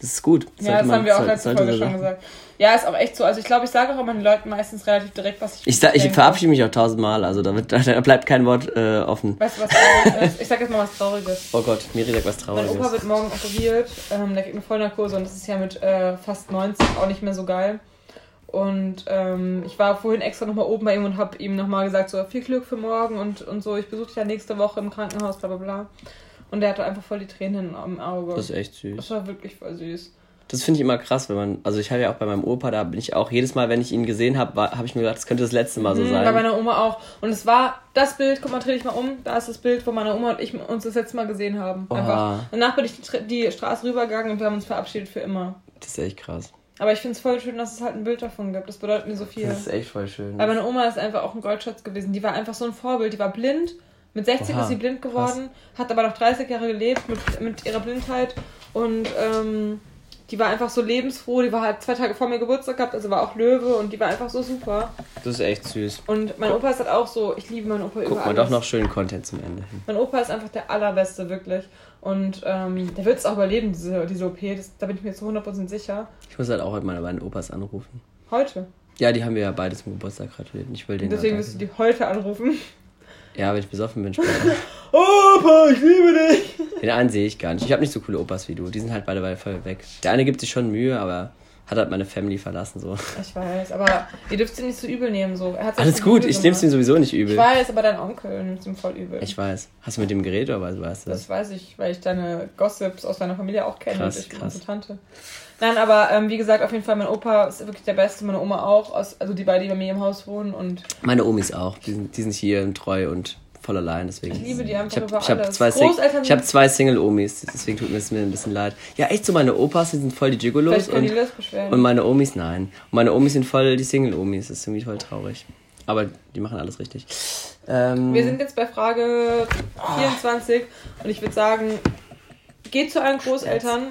[SPEAKER 2] Das ist gut.
[SPEAKER 1] Ja, das haben wir auch
[SPEAKER 2] soll-
[SPEAKER 1] letzte
[SPEAKER 2] sollte
[SPEAKER 1] Folge
[SPEAKER 2] so
[SPEAKER 1] schon
[SPEAKER 2] sein.
[SPEAKER 1] gesagt. Ja, ist auch echt so. Also ich glaube, ich sage auch immer den Leuten meistens relativ direkt, was ich
[SPEAKER 2] Ich, sag, ich
[SPEAKER 1] denke.
[SPEAKER 2] verabschiede mich auch tausendmal, also da, wird, da bleibt kein Wort äh, offen.
[SPEAKER 1] Weißt du, was traurig ist? Ich sag jetzt mal was Trauriges.
[SPEAKER 2] Oh Gott, Miri sagt was
[SPEAKER 1] Mein Opa
[SPEAKER 2] Trauriges.
[SPEAKER 1] wird morgen operiert, ähm, der kriegt eine Vollnarkose und das ist ja mit äh, fast 90 auch nicht mehr so geil. Und ähm, ich war vorhin extra nochmal oben bei ihm und habe ihm nochmal gesagt, so viel Glück für morgen und, und so, ich besuche dich ja nächste Woche im Krankenhaus, bla bla bla. Und der hatte einfach voll die Tränen im Auge.
[SPEAKER 2] Das ist echt süß.
[SPEAKER 1] das war wirklich voll süß.
[SPEAKER 2] Das finde ich immer krass, wenn man, also ich hatte ja auch bei meinem Opa, da bin ich auch jedes Mal, wenn ich ihn gesehen habe, habe ich mir gedacht, das könnte das letzte Mal so
[SPEAKER 1] Mhm,
[SPEAKER 2] Also sein.
[SPEAKER 1] Bei meiner Oma auch. Und es war das Bild, guck mal, dreh dich mal um. Da ist das Bild, wo meine Oma und ich uns das letzte Mal gesehen haben.
[SPEAKER 2] Oha.
[SPEAKER 1] Einfach. Danach bin ich die, Tre- die Straße rübergegangen und wir haben uns verabschiedet für immer.
[SPEAKER 2] Das ist echt krass.
[SPEAKER 1] Aber ich finde es voll schön, dass es halt ein Bild davon gibt. Das bedeutet mir so viel.
[SPEAKER 2] Das ist echt voll schön.
[SPEAKER 1] Weil meine Oma ist einfach auch ein Goldschatz gewesen. Die war einfach so ein Vorbild. Die war blind. Mit 60
[SPEAKER 2] Oha,
[SPEAKER 1] ist sie blind geworden, hat aber noch 30 Jahre gelebt mit, mit ihrer Blindheit. Und ähm, die war einfach so lebensfroh. Die war halt zwei Tage vor mir Geburtstag gehabt, also war auch Löwe und die war einfach so super.
[SPEAKER 2] das ist echt süß.
[SPEAKER 1] Und mein Opa ist halt auch so, ich liebe meinen Opa über
[SPEAKER 2] Guck mal,
[SPEAKER 1] alles.
[SPEAKER 2] doch noch schönen Content zum Ende hin.
[SPEAKER 1] Mein Opa ist einfach der allerbeste, wirklich. Und ähm, der wird es auch überleben, diese, diese OP. Das, da bin ich mir zu 100% sicher.
[SPEAKER 2] Ich muss halt auch heute meine beiden Opas anrufen.
[SPEAKER 1] Heute.
[SPEAKER 2] Ja, die haben wir ja beide zum Geburtstag gratuliert. und Ich will den
[SPEAKER 1] Deswegen
[SPEAKER 2] ja
[SPEAKER 1] wirst du die heute anrufen.
[SPEAKER 2] Ja, wenn ich besoffen bin, später.
[SPEAKER 1] Opa, ich liebe dich!
[SPEAKER 2] Den einen sehe ich gar nicht. Ich habe nicht so coole Opas wie du. Die sind halt beide, beide voll weg. Der eine gibt sich schon Mühe, aber hat halt meine Family verlassen. so.
[SPEAKER 1] Ich weiß, aber ihr dürft sie nicht so übel nehmen. So. Er hat's
[SPEAKER 2] Alles
[SPEAKER 1] schon
[SPEAKER 2] gut,
[SPEAKER 1] übel
[SPEAKER 2] ich nehme es ihm
[SPEAKER 1] gemacht.
[SPEAKER 2] sowieso nicht übel.
[SPEAKER 1] Ich weiß, aber dein Onkel nimmt es ihm voll übel.
[SPEAKER 2] Ich weiß. Hast du mit dem geredet oder was- weißt du das?
[SPEAKER 1] Das weiß ich, weil ich deine Gossips aus deiner Familie auch kenne.
[SPEAKER 2] Krass,
[SPEAKER 1] und ich bin
[SPEAKER 2] krass.
[SPEAKER 1] unsere Tante. Nein, aber ähm, wie gesagt, auf jeden Fall, mein Opa ist wirklich der Beste, meine Oma auch. Aus, also die beiden, die bei mir im Haus wohnen. Und
[SPEAKER 2] Meine Omis auch. Die sind, die sind hier treu und Polarlein, deswegen. Ich
[SPEAKER 1] liebe die einfach
[SPEAKER 2] Ich habe
[SPEAKER 1] über
[SPEAKER 2] ich hab
[SPEAKER 1] alles.
[SPEAKER 2] zwei, Sing
[SPEAKER 1] Großeltern-
[SPEAKER 2] ich hab zwei Single-Omis, deswegen tut mir es mir ein bisschen leid. Ja, echt so, meine Opas, die sind voll die Gigolos
[SPEAKER 1] Vielleicht können
[SPEAKER 2] und,
[SPEAKER 1] die lesbisch werden.
[SPEAKER 2] und meine Omis, nein. Und meine Omis sind voll die Single-Omis, das ist irgendwie voll traurig. Aber die machen alles richtig. Ähm,
[SPEAKER 1] Wir sind jetzt bei Frage
[SPEAKER 2] Oh.
[SPEAKER 1] 24 und ich würde sagen, geht zu euren Großeltern,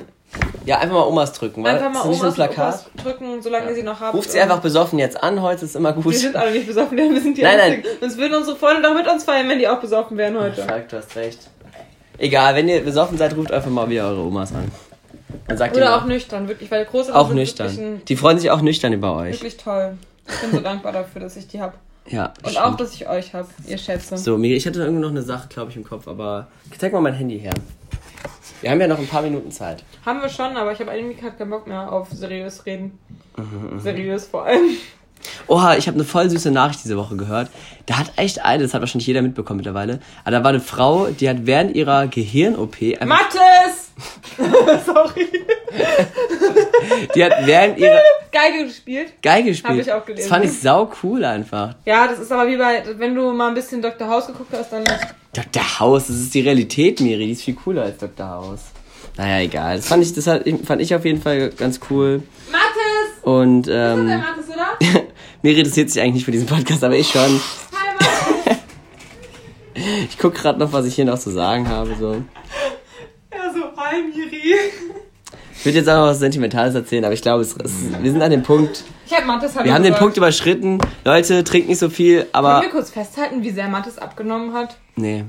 [SPEAKER 2] ja, einfach mal Omas drücken, weil
[SPEAKER 1] einfach mal
[SPEAKER 2] ist nicht so ein
[SPEAKER 1] Omas und
[SPEAKER 2] Plakat.
[SPEAKER 1] Opas drücken, solange ihr sie noch habt.
[SPEAKER 2] Ruft sie einfach besoffen jetzt an, heute ist immer gut.
[SPEAKER 1] Wir sind alle nicht besoffen, wir sind die
[SPEAKER 2] Nein, nein.
[SPEAKER 1] Einzigen. Sonst würden unsere Freunde doch mit uns feiern, wenn die auch besoffen wären heute.
[SPEAKER 2] Fuck, du hast recht. Egal, wenn ihr besoffen seid, ruft einfach mal wieder eure Omas an. Dann sagt ihr
[SPEAKER 1] Oder
[SPEAKER 2] mal-
[SPEAKER 1] auch nüchtern, wirklich, weil Großeltern
[SPEAKER 2] auch
[SPEAKER 1] sind
[SPEAKER 2] nüchtern.
[SPEAKER 1] Also Wirklich,
[SPEAKER 2] Die freuen sich auch nüchtern über
[SPEAKER 1] ein,
[SPEAKER 2] euch.
[SPEAKER 1] wirklich toll. Ich bin so dankbar dafür, dass ich die hab.
[SPEAKER 2] Ja.
[SPEAKER 1] Und
[SPEAKER 2] stimmt.
[SPEAKER 1] auch, dass ich euch hab, ihr Schätze.
[SPEAKER 2] so, Miri, ich hatte irgendwie noch eine Sache, glaube ich, im Kopf, aber zeig mal mein Handy her. Wir haben ja noch ein paar Minuten Zeit.
[SPEAKER 1] Haben wir schon, aber ich habe irgendwie gerade keinen Bock mehr auf seriös reden.
[SPEAKER 2] Mhm,
[SPEAKER 1] seriös vor allem.
[SPEAKER 2] Oha, ich habe eine voll süße Nachricht diese Woche gehört. Da hat echt eine, das hat wahrscheinlich jeder mitbekommen mittlerweile, aber da war eine Frau, die hat während ihrer Gehirn-OP einfach
[SPEAKER 1] Mattes! Sorry.
[SPEAKER 2] die hat während ihrer
[SPEAKER 1] Geige gespielt.
[SPEAKER 2] Geige gespielt.
[SPEAKER 1] ich auch gelesen.
[SPEAKER 2] Das fand ich sau cool einfach.
[SPEAKER 1] Ja, das ist aber wie bei, wenn du mal ein bisschen Dr. House geguckt hast, dann.
[SPEAKER 2] Dr. House, das ist die Realität, Miri. Die ist viel cooler als Dr. House. Naja, egal. Das fand ich, das hat, fand ich auf jeden Fall ganz cool.
[SPEAKER 1] Mattes!
[SPEAKER 2] Und
[SPEAKER 1] Das ist
[SPEAKER 2] ähm,
[SPEAKER 1] Mattes, oder?
[SPEAKER 2] Miri interessiert sich eigentlich nicht für diesen Podcast, aber ich schon.
[SPEAKER 1] Hi, Mattes!
[SPEAKER 2] Ich gucke gerade noch, was ich hier noch zu sagen habe. So.
[SPEAKER 1] Ja, so, hi, Miri.
[SPEAKER 2] Ich würde jetzt auch noch was Sentimentales erzählen, aber ich glaube, es, es, wir sind an dem Punkt.
[SPEAKER 1] Ich hab Mattes Hallo
[SPEAKER 2] Wir haben den
[SPEAKER 1] gesagt.
[SPEAKER 2] Punkt überschritten. Leute, trinkt nicht so viel, aber.
[SPEAKER 1] Können wir kurz festhalten, wie sehr Mattes abgenommen hat?
[SPEAKER 2] Nee.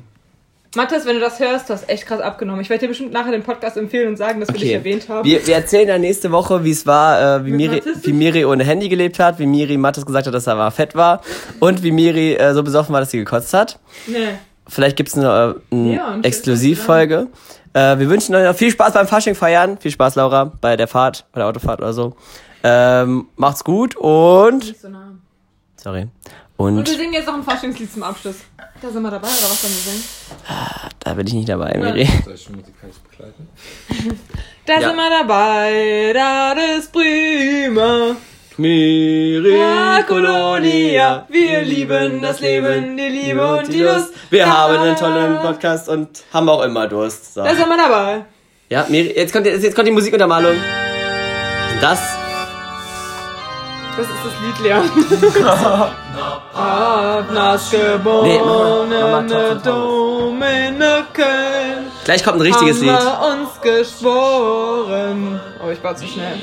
[SPEAKER 1] Mattes, wenn du das hörst, du hast echt krass abgenommen. Ich werde dir bestimmt nachher den Podcast empfehlen und sagen, dass wir dich
[SPEAKER 2] Okay.
[SPEAKER 1] erwähnt haben.
[SPEAKER 2] Wir, wir erzählen dann nächste Woche, wie es war, äh, wie, Miri,
[SPEAKER 1] Narzissten?
[SPEAKER 2] wie Miri ohne Handy gelebt hat, wie Miri Mattes gesagt hat, dass er mal fett war und wie Miri äh, so besoffen war, dass sie gekotzt hat.
[SPEAKER 1] nee.
[SPEAKER 2] Vielleicht gibt's eine, äh, eine
[SPEAKER 1] Ja, und
[SPEAKER 2] Exklusivfolge. Äh, wir wünschen euch noch viel Spaß beim Fasching feiern. Viel Spaß, Laura, bei der Fahrt, bei der Autofahrt oder so. Ähm, macht's gut und.
[SPEAKER 1] Nicht so nah.
[SPEAKER 2] Sorry.
[SPEAKER 1] Und wir
[SPEAKER 2] Und
[SPEAKER 1] singen jetzt noch ein Forschungslied zum Abschluss. Da sind wir dabei, oder was sollen wir singen?
[SPEAKER 2] da bin ich nicht dabei, Miri.
[SPEAKER 4] Soll ich schon musikalisch begleiten?
[SPEAKER 1] Da
[SPEAKER 2] Ja.
[SPEAKER 1] sind wir dabei, das ist prima.
[SPEAKER 2] Miri
[SPEAKER 1] La Colonia, wir lieben das Leben, die Liebe und die Lust.
[SPEAKER 2] Wir
[SPEAKER 1] Da-
[SPEAKER 2] haben einen tollen Podcast und haben auch immer Durst. So.
[SPEAKER 1] Da sind wir dabei.
[SPEAKER 2] Ja, Miri, jetzt kommt, jetzt kommt die Musikuntermalung. Das.
[SPEAKER 1] Das ist das Lied, Leon. Abnas geborene Dominiken.
[SPEAKER 2] Gleich kommt ein richtiges
[SPEAKER 1] haben
[SPEAKER 2] Lied.
[SPEAKER 1] wir uns geschworen. Oh, ich war zu schnell.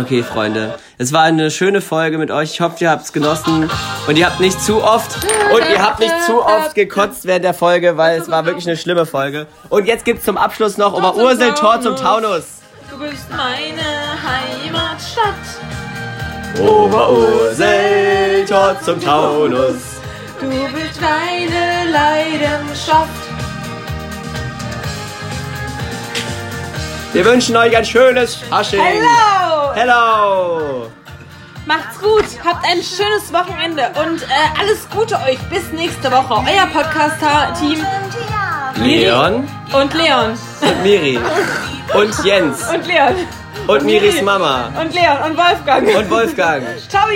[SPEAKER 2] Okay, Freunde. Es war eine schöne Folge mit euch. Ich hoffe, ihr habt's genossen. Und ihr habt nicht zu oft. Und ihr habt nicht zu oft gekotzt während der Folge, weil es war wirklich eine schlimme Folge. Und jetzt gibt's zum Abschluss noch
[SPEAKER 1] Tor
[SPEAKER 2] über
[SPEAKER 1] zum
[SPEAKER 2] Ursel Tor zum
[SPEAKER 1] Taunus.
[SPEAKER 2] Taunus.
[SPEAKER 1] Du bist meine Heimatstadt.
[SPEAKER 2] Oberursel, Tor zum Taunus.
[SPEAKER 1] Du bist meine Leidenschaft.
[SPEAKER 2] Wir wünschen euch ein schönes Fasching.
[SPEAKER 1] Hello!
[SPEAKER 2] Hello!
[SPEAKER 1] Macht's gut, habt ein schönes Wochenende und äh, alles Gute euch bis nächste Woche. Euer Podcast-Team
[SPEAKER 2] Leon
[SPEAKER 1] und Leon.
[SPEAKER 2] und Miri. Und Jens.
[SPEAKER 1] Und Leon.
[SPEAKER 2] Und Miris
[SPEAKER 1] Miri.
[SPEAKER 2] Mama.
[SPEAKER 1] Und Leon und Wolfgang.
[SPEAKER 2] Und Wolfgang.
[SPEAKER 1] Ciao!